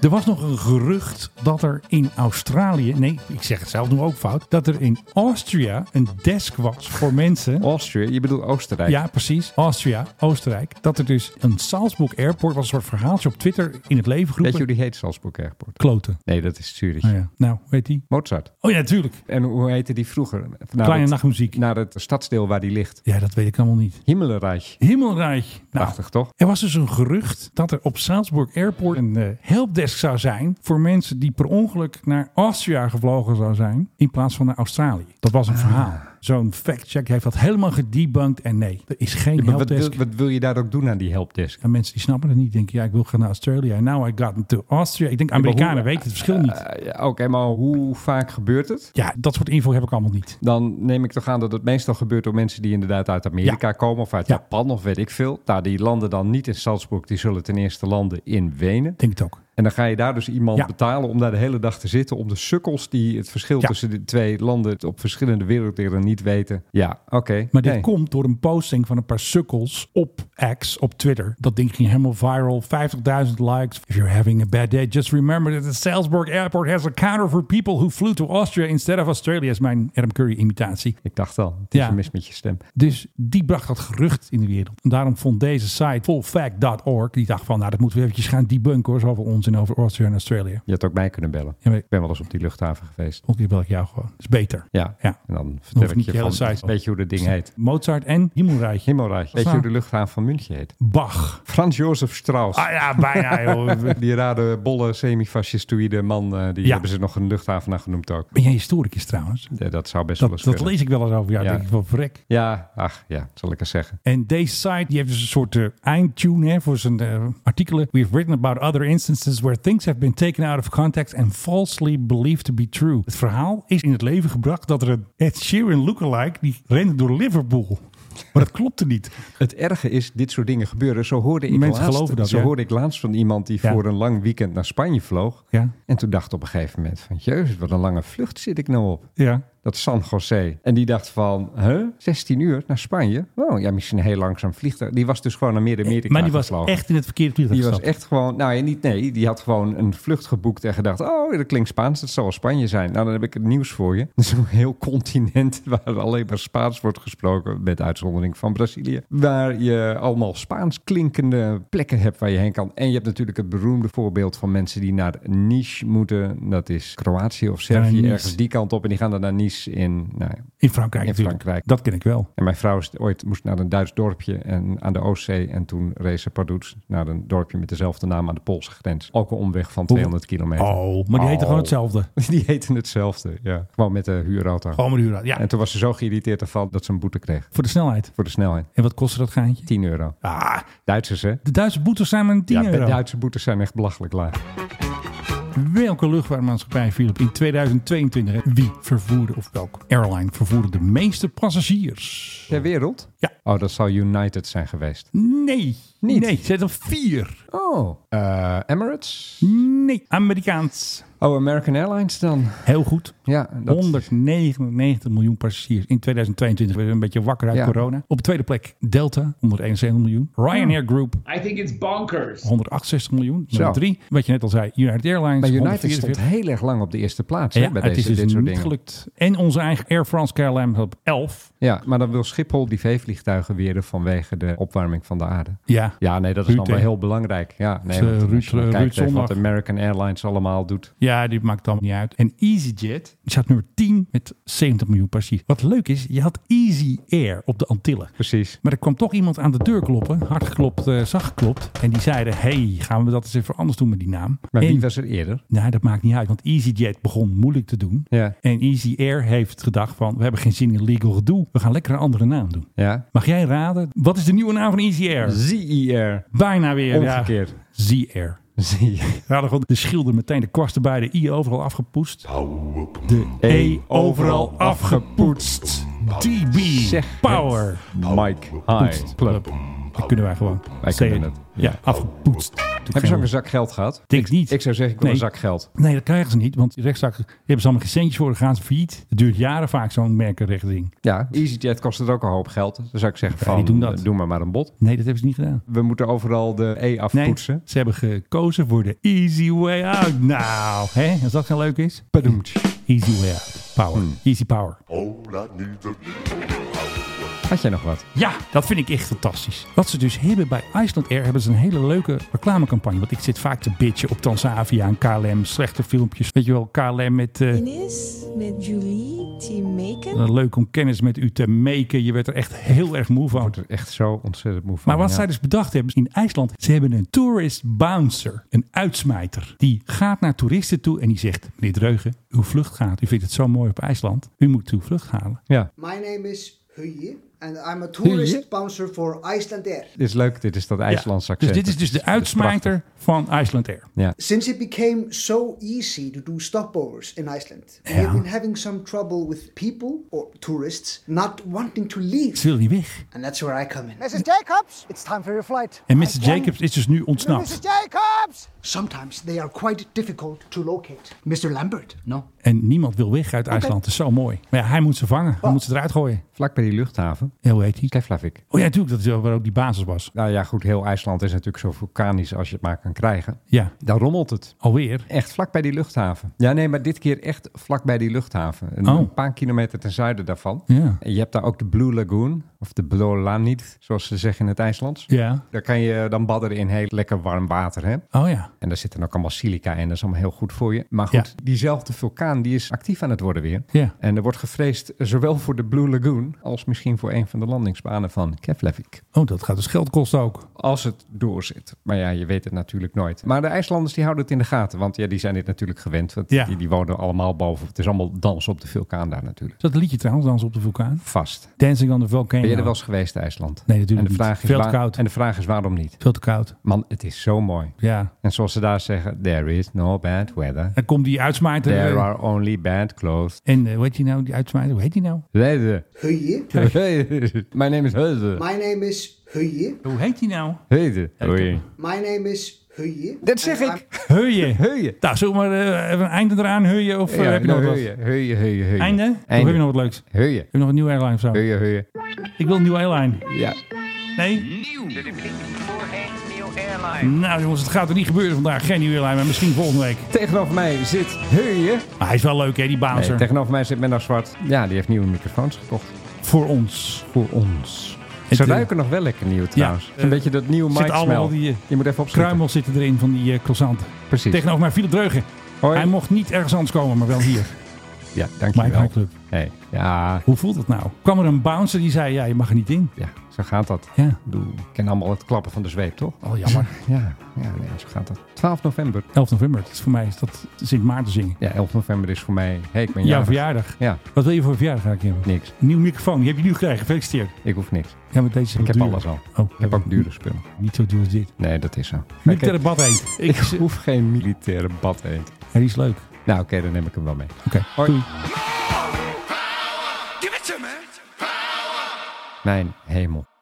Speaker 6: Er was nog een gerucht dat er in Australië, nee, ik zeg het zelf nu ook fout, dat er in Austria een desk was voor
Speaker 4: Oh,
Speaker 6: mensen.
Speaker 4: Austria, je bedoelt Oostenrijk.
Speaker 6: Ja, precies. Austria, Oostenrijk. Dat er dus een Salzburg Airport was, een soort verhaaltje op Twitter in het leven
Speaker 4: Weet je
Speaker 6: geroepen.
Speaker 4: hoe die heet, Salzburg Airport?
Speaker 6: Kloten.
Speaker 4: Nee, dat is Zurich.
Speaker 6: Oh ja. Nou, hoe heet die?
Speaker 4: Mozart.
Speaker 6: Oh ja, natuurlijk.
Speaker 4: En hoe heette die vroeger? Naar
Speaker 6: Kleine
Speaker 4: het-
Speaker 6: nachtmuziek.
Speaker 4: Naar het stadsdeel waar die ligt.
Speaker 6: Ja, dat weet ik allemaal niet.
Speaker 4: Himmelreich.
Speaker 6: Himmelrijk. Nou,
Speaker 4: Prachtig, toch?
Speaker 6: Er was dus een gerucht dat er op Salzburg Airport een eh, helpdesk zou zijn voor mensen die per ongeluk naar Austria gevlogen zou zijn in plaats van naar Australië. Dat was een
Speaker 4: Ah.
Speaker 6: verhaal. Zo'n factcheck heeft dat helemaal gedebunked en nee, er is geen
Speaker 4: Maar Wat wil,
Speaker 6: helpdesk.
Speaker 4: wat wil je daar ook doen aan die helpdesk?
Speaker 6: En mensen die snappen het niet denken, ja, ik wil gaan naar Australia. Now I got to Austria. Ik denk, Amerikanen
Speaker 4: hoe-
Speaker 6: weten het verschil niet.
Speaker 4: Eh, ja, Oké, maar hoe vaak gebeurt het?
Speaker 6: Ja, dat soort info heb ik allemaal niet.
Speaker 4: Dan neem ik toch aan dat het meestal gebeurt door mensen die inderdaad uit Amerika komen of uit
Speaker 6: Ja.
Speaker 4: Japan of weet ik veel. Nou, die landen dan niet in Salzburg, die zullen ten eerste landen in Wenen.
Speaker 6: Denk het ook.
Speaker 4: En dan ga je daar dus iemand
Speaker 6: Ja.
Speaker 4: betalen om daar de hele dag te zitten. Om de sukkels die het verschil
Speaker 6: Ja.
Speaker 4: tussen de twee landen op verschillende werelddelen niet weten. Ja, oké.
Speaker 6: Maar dit
Speaker 4: Nee.
Speaker 6: komt door een posting van een paar sukkels op X, op Twitter. Dat ding ging helemaal viral. 50.000 likes. If you're having a bad day, just remember that the Salzburg airport has a counter for people who flew to Austria instead of Australia. Is mijn Adam Curry imitatie.
Speaker 4: Ik dacht al, het is
Speaker 6: Ja.
Speaker 4: een mis met je stem.
Speaker 6: Dus die bracht dat gerucht in de wereld. En daarom vond deze site fullfact.org. Die dacht van, nou dat moeten we eventjes gaan debunken hoor. Zoveel onzin over Austria en Australia.
Speaker 4: Je had ook mij kunnen bellen.
Speaker 6: Ja, maar-
Speaker 4: Ik ben wel eens op die luchthaven geweest.
Speaker 6: Volgende keer bel ik jou gewoon. Is beter.
Speaker 4: Ja,
Speaker 6: Ja.
Speaker 4: en dan vertel
Speaker 6: hoef
Speaker 4: ik
Speaker 6: niet
Speaker 4: je
Speaker 6: de hele
Speaker 4: van,
Speaker 6: site.
Speaker 4: weet je hoe dat ding heet?
Speaker 6: Mozart en Himmelreich.
Speaker 4: Himmelreich. Weet je hoe de luchthaven van München heet?
Speaker 6: Bach.
Speaker 4: Frans Jozef Strauss.
Speaker 6: Ah ja, bijna joh.
Speaker 4: Die rare, bolle, semi-fascistoïde man, eh, die
Speaker 6: Ja.
Speaker 4: hebben ze nog een luchthaven naar genoemd ook.
Speaker 6: Ben jij historicus trouwens?
Speaker 4: Ja, dat zou best wel
Speaker 6: Dat,
Speaker 4: eens
Speaker 6: dat
Speaker 4: kunnen.
Speaker 6: lees ik wel eens over jou.
Speaker 4: Ja.
Speaker 6: denk ik van vrek.
Speaker 4: Ja, ach ja, zal ik eens zeggen.
Speaker 6: En deze site die heeft dus een soort eh, eindtune hè, voor zijn eh, artikelen. We've written about other instances where things have been taken out of context and falsely believed to be true. Het verhaal is in het leven gebracht dat er een Ed Sheeran lookalike die rende door Liverpool. Maar dat klopte niet.
Speaker 4: Het erge is, dit soort dingen gebeuren. Zo hoorde ik,
Speaker 6: Mensen
Speaker 4: laatst,
Speaker 6: geloven dat,
Speaker 4: zo
Speaker 6: ja.
Speaker 4: hoorde ik laatst van iemand die
Speaker 6: Ja.
Speaker 4: voor een lang weekend naar Spanje vloog.
Speaker 6: Ja.
Speaker 4: En toen dacht op een gegeven moment van, jezus, wat een lange vlucht zit ik nou op.
Speaker 6: Ja.
Speaker 4: Dat San José. En die dacht van, huh? 16 uur naar Spanje? Oh, ja, misschien heel langzaam vliegtuig. Die was dus gewoon naar Midden-Amerika
Speaker 6: Maar die was
Speaker 4: gevlogen.
Speaker 6: echt in het verkeerde vliegtuig
Speaker 4: Die was
Speaker 6: gestapt.
Speaker 4: echt gewoon, nou ja, niet nee. Die had gewoon een vlucht geboekt en gedacht: Oh, dat klinkt Spaans, dat zal wel Spanje zijn. Nou, dan heb ik het nieuws voor je. Zo'n heel continent waar alleen maar Spaans wordt gesproken, met uitzondering van Brazilië. Waar je allemaal Spaans klinkende plekken hebt waar je heen kan. En je hebt natuurlijk het beroemde voorbeeld van mensen die naar Nice moeten. Dat is Kroatië of Servië,
Speaker 6: Nice.
Speaker 4: ergens die kant op. En die gaan dan naar Nice in. Nou, ja.
Speaker 6: In Frankrijk
Speaker 4: In
Speaker 6: natuurlijk.
Speaker 4: Frankrijk.
Speaker 6: Dat ken ik wel.
Speaker 4: en mijn vrouw is ooit moest naar een Duits dorpje en aan de Oostzee. En toen reed ze Pardoets naar een dorpje met dezelfde naam aan de Poolse grens. Ook een omweg van 200 kilometer.
Speaker 6: Oh, maar die heette
Speaker 4: Oh.
Speaker 6: gewoon hetzelfde.
Speaker 4: Die heten hetzelfde, ja. Gewoon met de huurauto.
Speaker 6: Gewoon maar duur. Ja,
Speaker 4: En toen was ze zo geïrriteerd ervan dat ze een boete kreeg.
Speaker 6: voor de snelheid.
Speaker 4: Voor de snelheid.
Speaker 6: En wat kostte dat geintje?
Speaker 4: 10 euro.
Speaker 6: Ah,
Speaker 4: Duitsers, hè?
Speaker 6: de Duitse boetes zijn maar een 10
Speaker 4: ja,
Speaker 6: euro.
Speaker 4: Duitse boetes zijn echt belachelijk laag.
Speaker 6: Welke luchtvaartmaatschappij, Philip, in 2022, hè, wie vervoerde of welke airline vervoerde de meeste passagiers?
Speaker 4: Ter wereld?
Speaker 6: Ja.
Speaker 4: Oh, dat zal United zijn geweest.
Speaker 6: Nee.
Speaker 4: Niet.
Speaker 6: Nee, zet op vier.
Speaker 4: Oh. Eh, Emirates?
Speaker 6: Nee, Amerikaans.
Speaker 4: Oh, American Airlines dan?
Speaker 6: Heel goed.
Speaker 4: Ja, dat...
Speaker 6: 199 miljoen passagiers in 2022. We zijn een beetje wakker uit
Speaker 4: Ja.
Speaker 6: corona. Op de tweede plek Delta, 171 miljoen. Ryanair Group,
Speaker 10: I think it's bonkers.
Speaker 6: 168 miljoen.
Speaker 4: Zo.
Speaker 6: Nummer drie, wat je net al zei, United Airlines.
Speaker 4: Maar United
Speaker 6: 144.
Speaker 4: stond heel erg lang op de eerste plaats hè,
Speaker 6: ja,
Speaker 4: bij
Speaker 6: het
Speaker 4: deze,
Speaker 6: is dus
Speaker 4: dit soort
Speaker 6: niet
Speaker 4: dingen.
Speaker 6: gelukt. En onze eigen Air France KLM op 11.
Speaker 4: Ja, maar dan wil Schiphol privévliegtuigen weren vanwege de opwarming van de aarde.
Speaker 6: Ja.
Speaker 4: Ja, nee, dat is
Speaker 6: Ruud,
Speaker 4: dan wel
Speaker 6: hè?
Speaker 4: heel belangrijk. Ja, nee,
Speaker 6: Dus, eh,
Speaker 4: want als
Speaker 6: Ruud-
Speaker 4: je dan
Speaker 6: eh,
Speaker 4: kijkt
Speaker 6: Ruud
Speaker 4: even wat
Speaker 6: Zondag.
Speaker 4: American Airlines allemaal doet.
Speaker 6: Ja, die maakt het allemaal niet uit. En EasyJet die staat nummer 10 met 70 miljoen passagiers. Wat leuk is, je had Easy Air op de Antillen.
Speaker 4: Precies.
Speaker 6: Maar er kwam toch iemand aan de deur kloppen, hard geklopt, eh, zacht geklopt. En die zeiden, hey, gaan we dat eens even anders doen met die naam?
Speaker 4: Maar
Speaker 6: en,
Speaker 4: wie was er eerder?
Speaker 6: Nou, dat maakt niet uit, want EasyJet begon moeilijk te doen.
Speaker 4: Ja.
Speaker 6: En Easy Air heeft gedacht van, we hebben geen zin in legal gedoe. We gaan lekker een andere naam doen.
Speaker 4: Ja.
Speaker 6: Mag jij raden, wat is de nieuwe naam van Easy Air?
Speaker 4: ZIR.
Speaker 6: Bijna weer.
Speaker 4: Omgekeerd.
Speaker 6: Ja, Z-Air.
Speaker 4: ZIR.
Speaker 6: We hadden gewoon de schilder meteen de kwasten bij de I overal afgepoetst. De E overal afgepoetst. DB
Speaker 4: Zeg
Speaker 6: Power.
Speaker 4: Mike High Club.
Speaker 6: Dat kunnen wij gewoon.
Speaker 4: Wij
Speaker 6: Say
Speaker 4: kunnen
Speaker 6: it.
Speaker 4: het.
Speaker 6: Ja, afgepoetst.
Speaker 4: Heb je zo'n zak geld gehad?
Speaker 6: Denk ik niet.
Speaker 4: Ik zou zeggen, ik wil
Speaker 6: Nee.
Speaker 4: een zak geld.
Speaker 6: Nee, dat krijgen ze niet, want die rechtszaken die hebben ze allemaal geen centjes voor, dan gaan ze failliet. Het duurt jaren vaak zo'n merkenrechtding.
Speaker 4: Ja, EasyJet kost het ook een hoop geld. Dan zou ik zeggen
Speaker 6: Ja,
Speaker 4: van, eh,
Speaker 6: die doen dat.
Speaker 4: doe maar maar een bod.
Speaker 6: Nee, dat hebben ze niet gedaan.
Speaker 4: We moeten overal de E
Speaker 6: Nee,
Speaker 4: afpoetsen.
Speaker 6: ze hebben gekozen voor de easy way out. Nou, hè, als dat geen leuk is. Padoemtje. Easy way out. Power. Easy power.
Speaker 4: Had jij nog wat?
Speaker 6: Ja, dat vind ik echt fantastisch. Wat ze dus hebben bij Iceland Air, hebben ze een hele leuke reclamecampagne. Want ik zit vaak te bitchen op Transavia en KLM, slechte filmpjes. Weet je wel, KLM met... eh,
Speaker 10: met Julie, team maken.
Speaker 6: eh, leuk om kennis met u te maken. Je werd er echt heel erg moe van.
Speaker 4: Wordt er echt zo ontzettend moe van.
Speaker 6: Maar wat
Speaker 4: ja.
Speaker 6: zij dus bedacht hebben in IJsland, ze hebben een tourist bouncer, een uitsmijter. Die gaat naar toeristen toe en die zegt, meneer Dreugen, uw vlucht gaat. U vindt het zo mooi op IJsland. U moet uw vlucht halen.
Speaker 4: Ja,
Speaker 2: My name is Huye And I'm a tourist bouncer for Icelandair.
Speaker 4: Dit is leuk, dit is dat IJslands
Speaker 6: Ja.
Speaker 4: accent.
Speaker 6: Dus dit is dus de uitsmijter van Iceland Air.
Speaker 4: Ja.
Speaker 2: Since it became so easy to do stopovers in Iceland,
Speaker 6: Yeah.
Speaker 2: they've been having some trouble with people or tourists not wanting to leave.
Speaker 6: Ze wil niet weg.
Speaker 2: And that's where I come in.
Speaker 11: Mrs. Jacobs, it's time for your flight.
Speaker 6: En Mr. Jacobs is dus nu ontsnapt.
Speaker 11: Jacobs!
Speaker 2: Sometimes they are quite difficult to locate. Mr. Lambert? No.
Speaker 6: En niemand wil weg uit IJsland. Dat is zo mooi. Maar ja, hij moet ze vangen. Hij moet ze eruit gooien.
Speaker 4: Vlak bij die luchthaven.
Speaker 6: Ja, hoe heet hij?
Speaker 4: Keflavik.
Speaker 6: Oh ja, natuurlijk. Dat is wel waar ook die basis was.
Speaker 4: Nou ja, goed, heel IJsland is natuurlijk zo vulkanisch als je het maar kan krijgen.
Speaker 6: Ja,
Speaker 4: Daar rommelt het.
Speaker 6: alweer.
Speaker 4: Echt vlak bij die luchthaven. Ja, nee, maar dit keer echt vlak bij die luchthaven. Een,
Speaker 6: Oh.
Speaker 4: een paar kilometer ten zuiden daarvan.
Speaker 6: Ja.
Speaker 4: En je hebt daar ook de Blue Lagoon, of de Blue Lanit, zoals ze zeggen in het IJslands.
Speaker 6: Ja.
Speaker 4: Daar kan je dan badderen in heel lekker warm water, hè?
Speaker 6: Oh ja.
Speaker 4: En daar zit dan ook allemaal silica in, dat is allemaal heel goed voor je. Maar goed, diezelfde vulkaan die is actief aan het worden weer.
Speaker 6: Ja.
Speaker 4: En er wordt gevreesd zowel voor de Blue Lagoon als misschien voor een van de landingsbanen van Keflavik.
Speaker 6: Oh, dat gaat dus geld kosten ook.
Speaker 4: Als het doorzit. Maar ja, je weet het natuurlijk nooit. Maar de IJslanders die houden het in de gaten. Want ja, die zijn dit natuurlijk gewend. Want
Speaker 6: Ja.
Speaker 4: die, die wonen allemaal boven. Het is allemaal dans op de vulkaan daar natuurlijk.
Speaker 6: Is dat een liedje trouwens, Dans op de Vulkaan?
Speaker 4: Vast.
Speaker 6: Dancing on the Volcano.
Speaker 4: Ben je er wel eens geweest, IJsland?
Speaker 6: Nee, natuurlijk
Speaker 4: en de
Speaker 6: niet.
Speaker 4: vraag Is
Speaker 6: Veel te
Speaker 4: waar-
Speaker 6: koud.
Speaker 4: En de vraag is waarom niet?
Speaker 6: Veel te koud.
Speaker 4: Man, het is zo mooi.
Speaker 6: Ja.
Speaker 4: En zoals ze daar zeggen, there is no bad weather.
Speaker 6: Dan komt die uitsmijter.
Speaker 4: There
Speaker 6: eh,
Speaker 4: are only bad clothes.
Speaker 6: En eh, hoe heet die nou, die uitsmijter? Hoe heet die nou?
Speaker 4: Leden.
Speaker 2: Huye.
Speaker 4: Mijn naam is Heuze.
Speaker 2: My name is Huye.
Speaker 6: Hoe heet die nou?
Speaker 4: Heuze. Oei.
Speaker 2: My name is Huye.
Speaker 4: Dat zeg
Speaker 2: And
Speaker 4: ik.
Speaker 6: Heuje.
Speaker 4: Heuze.
Speaker 6: Nou, zullen we maar eh, even een einde eraan, Heuje? Of eh,
Speaker 4: Ja,
Speaker 6: heb je nog
Speaker 4: nou,
Speaker 6: wat?
Speaker 4: Heuye, Heuye, Heuye, Heuye.
Speaker 6: Einde? Of heb je nog wat leuks? Heb
Speaker 4: Heuye.
Speaker 6: je nog een nieuwe airline of zo?
Speaker 4: Heuye, Heuye.
Speaker 6: Ik wil een nieuwe airline.
Speaker 4: Ja.
Speaker 6: Nee? Nou jongens, het gaat er niet gebeuren vandaag. Geen nieuwe airline, maar misschien volgende week.
Speaker 4: Tegenover mij zit Heuye.
Speaker 6: Maar hij is wel leuk hè, die bouncer.
Speaker 4: Nee, tegenover mij zit Menno Zwart. Ja, die heeft nieuwe microfoons gekocht.
Speaker 6: Voor ons.
Speaker 4: Voor ons.
Speaker 6: Het,
Speaker 4: Ze
Speaker 6: eh,
Speaker 4: ruiken nog wel lekker nieuw trouwens.
Speaker 6: eh,
Speaker 4: een beetje dat nieuwe
Speaker 6: zit
Speaker 4: mic
Speaker 6: allemaal
Speaker 4: smell.
Speaker 6: die, eh,
Speaker 4: Je moet even opschieten.
Speaker 6: Kruimels zitten erin van die eh croissant.
Speaker 4: Precies.
Speaker 6: Tegenover mij Philip Dreugen.
Speaker 4: Hoi.
Speaker 6: Hij mocht niet ergens anders komen, maar wel hier.
Speaker 4: Ja,
Speaker 6: Mike
Speaker 4: dankjewel.
Speaker 6: High Club.
Speaker 4: Hey. Ja,
Speaker 6: Hoe voelt het nou? Kwam er een bouncer die zei, ja, je mag er niet in.
Speaker 4: ja, zo gaat dat.
Speaker 6: Ja.
Speaker 4: Ik bedoel, We kennen allemaal het klappen van de zweep, toch?
Speaker 6: Oh, jammer.
Speaker 4: Ja, ja nee, zo gaat dat. 12 november.
Speaker 6: 11 november, dat is voor mij is dat Sint Maarten zingen.
Speaker 4: Ja, 11 november is voor mij... Hey, ik ben
Speaker 6: Jouw
Speaker 4: jarig.
Speaker 6: verjaardag.
Speaker 4: Ja,
Speaker 6: Wat wil je voor verjaardag eigenlijk hebben?
Speaker 4: niks.
Speaker 6: Nieuw microfoon, die heb je nu gekregen. Gefeliciteerd.
Speaker 4: Ik hoef niks.
Speaker 6: Ja, maar deze is heel
Speaker 4: Ik heb
Speaker 6: duur.
Speaker 4: alles al.
Speaker 6: Oh,
Speaker 4: Ik heb ook dure spullen.
Speaker 6: Niet zo duur als dit.
Speaker 4: Nee, dat is zo.
Speaker 6: Militaire bad heet.
Speaker 4: Ik, ik hoef geen militaire bad eend.
Speaker 6: Ja, die is leuk. Oké,
Speaker 4: Nou, oké, dan neem ik hem wel mee. Hoi.
Speaker 6: doei.
Speaker 1: Give it to me.
Speaker 4: Mijn hemel.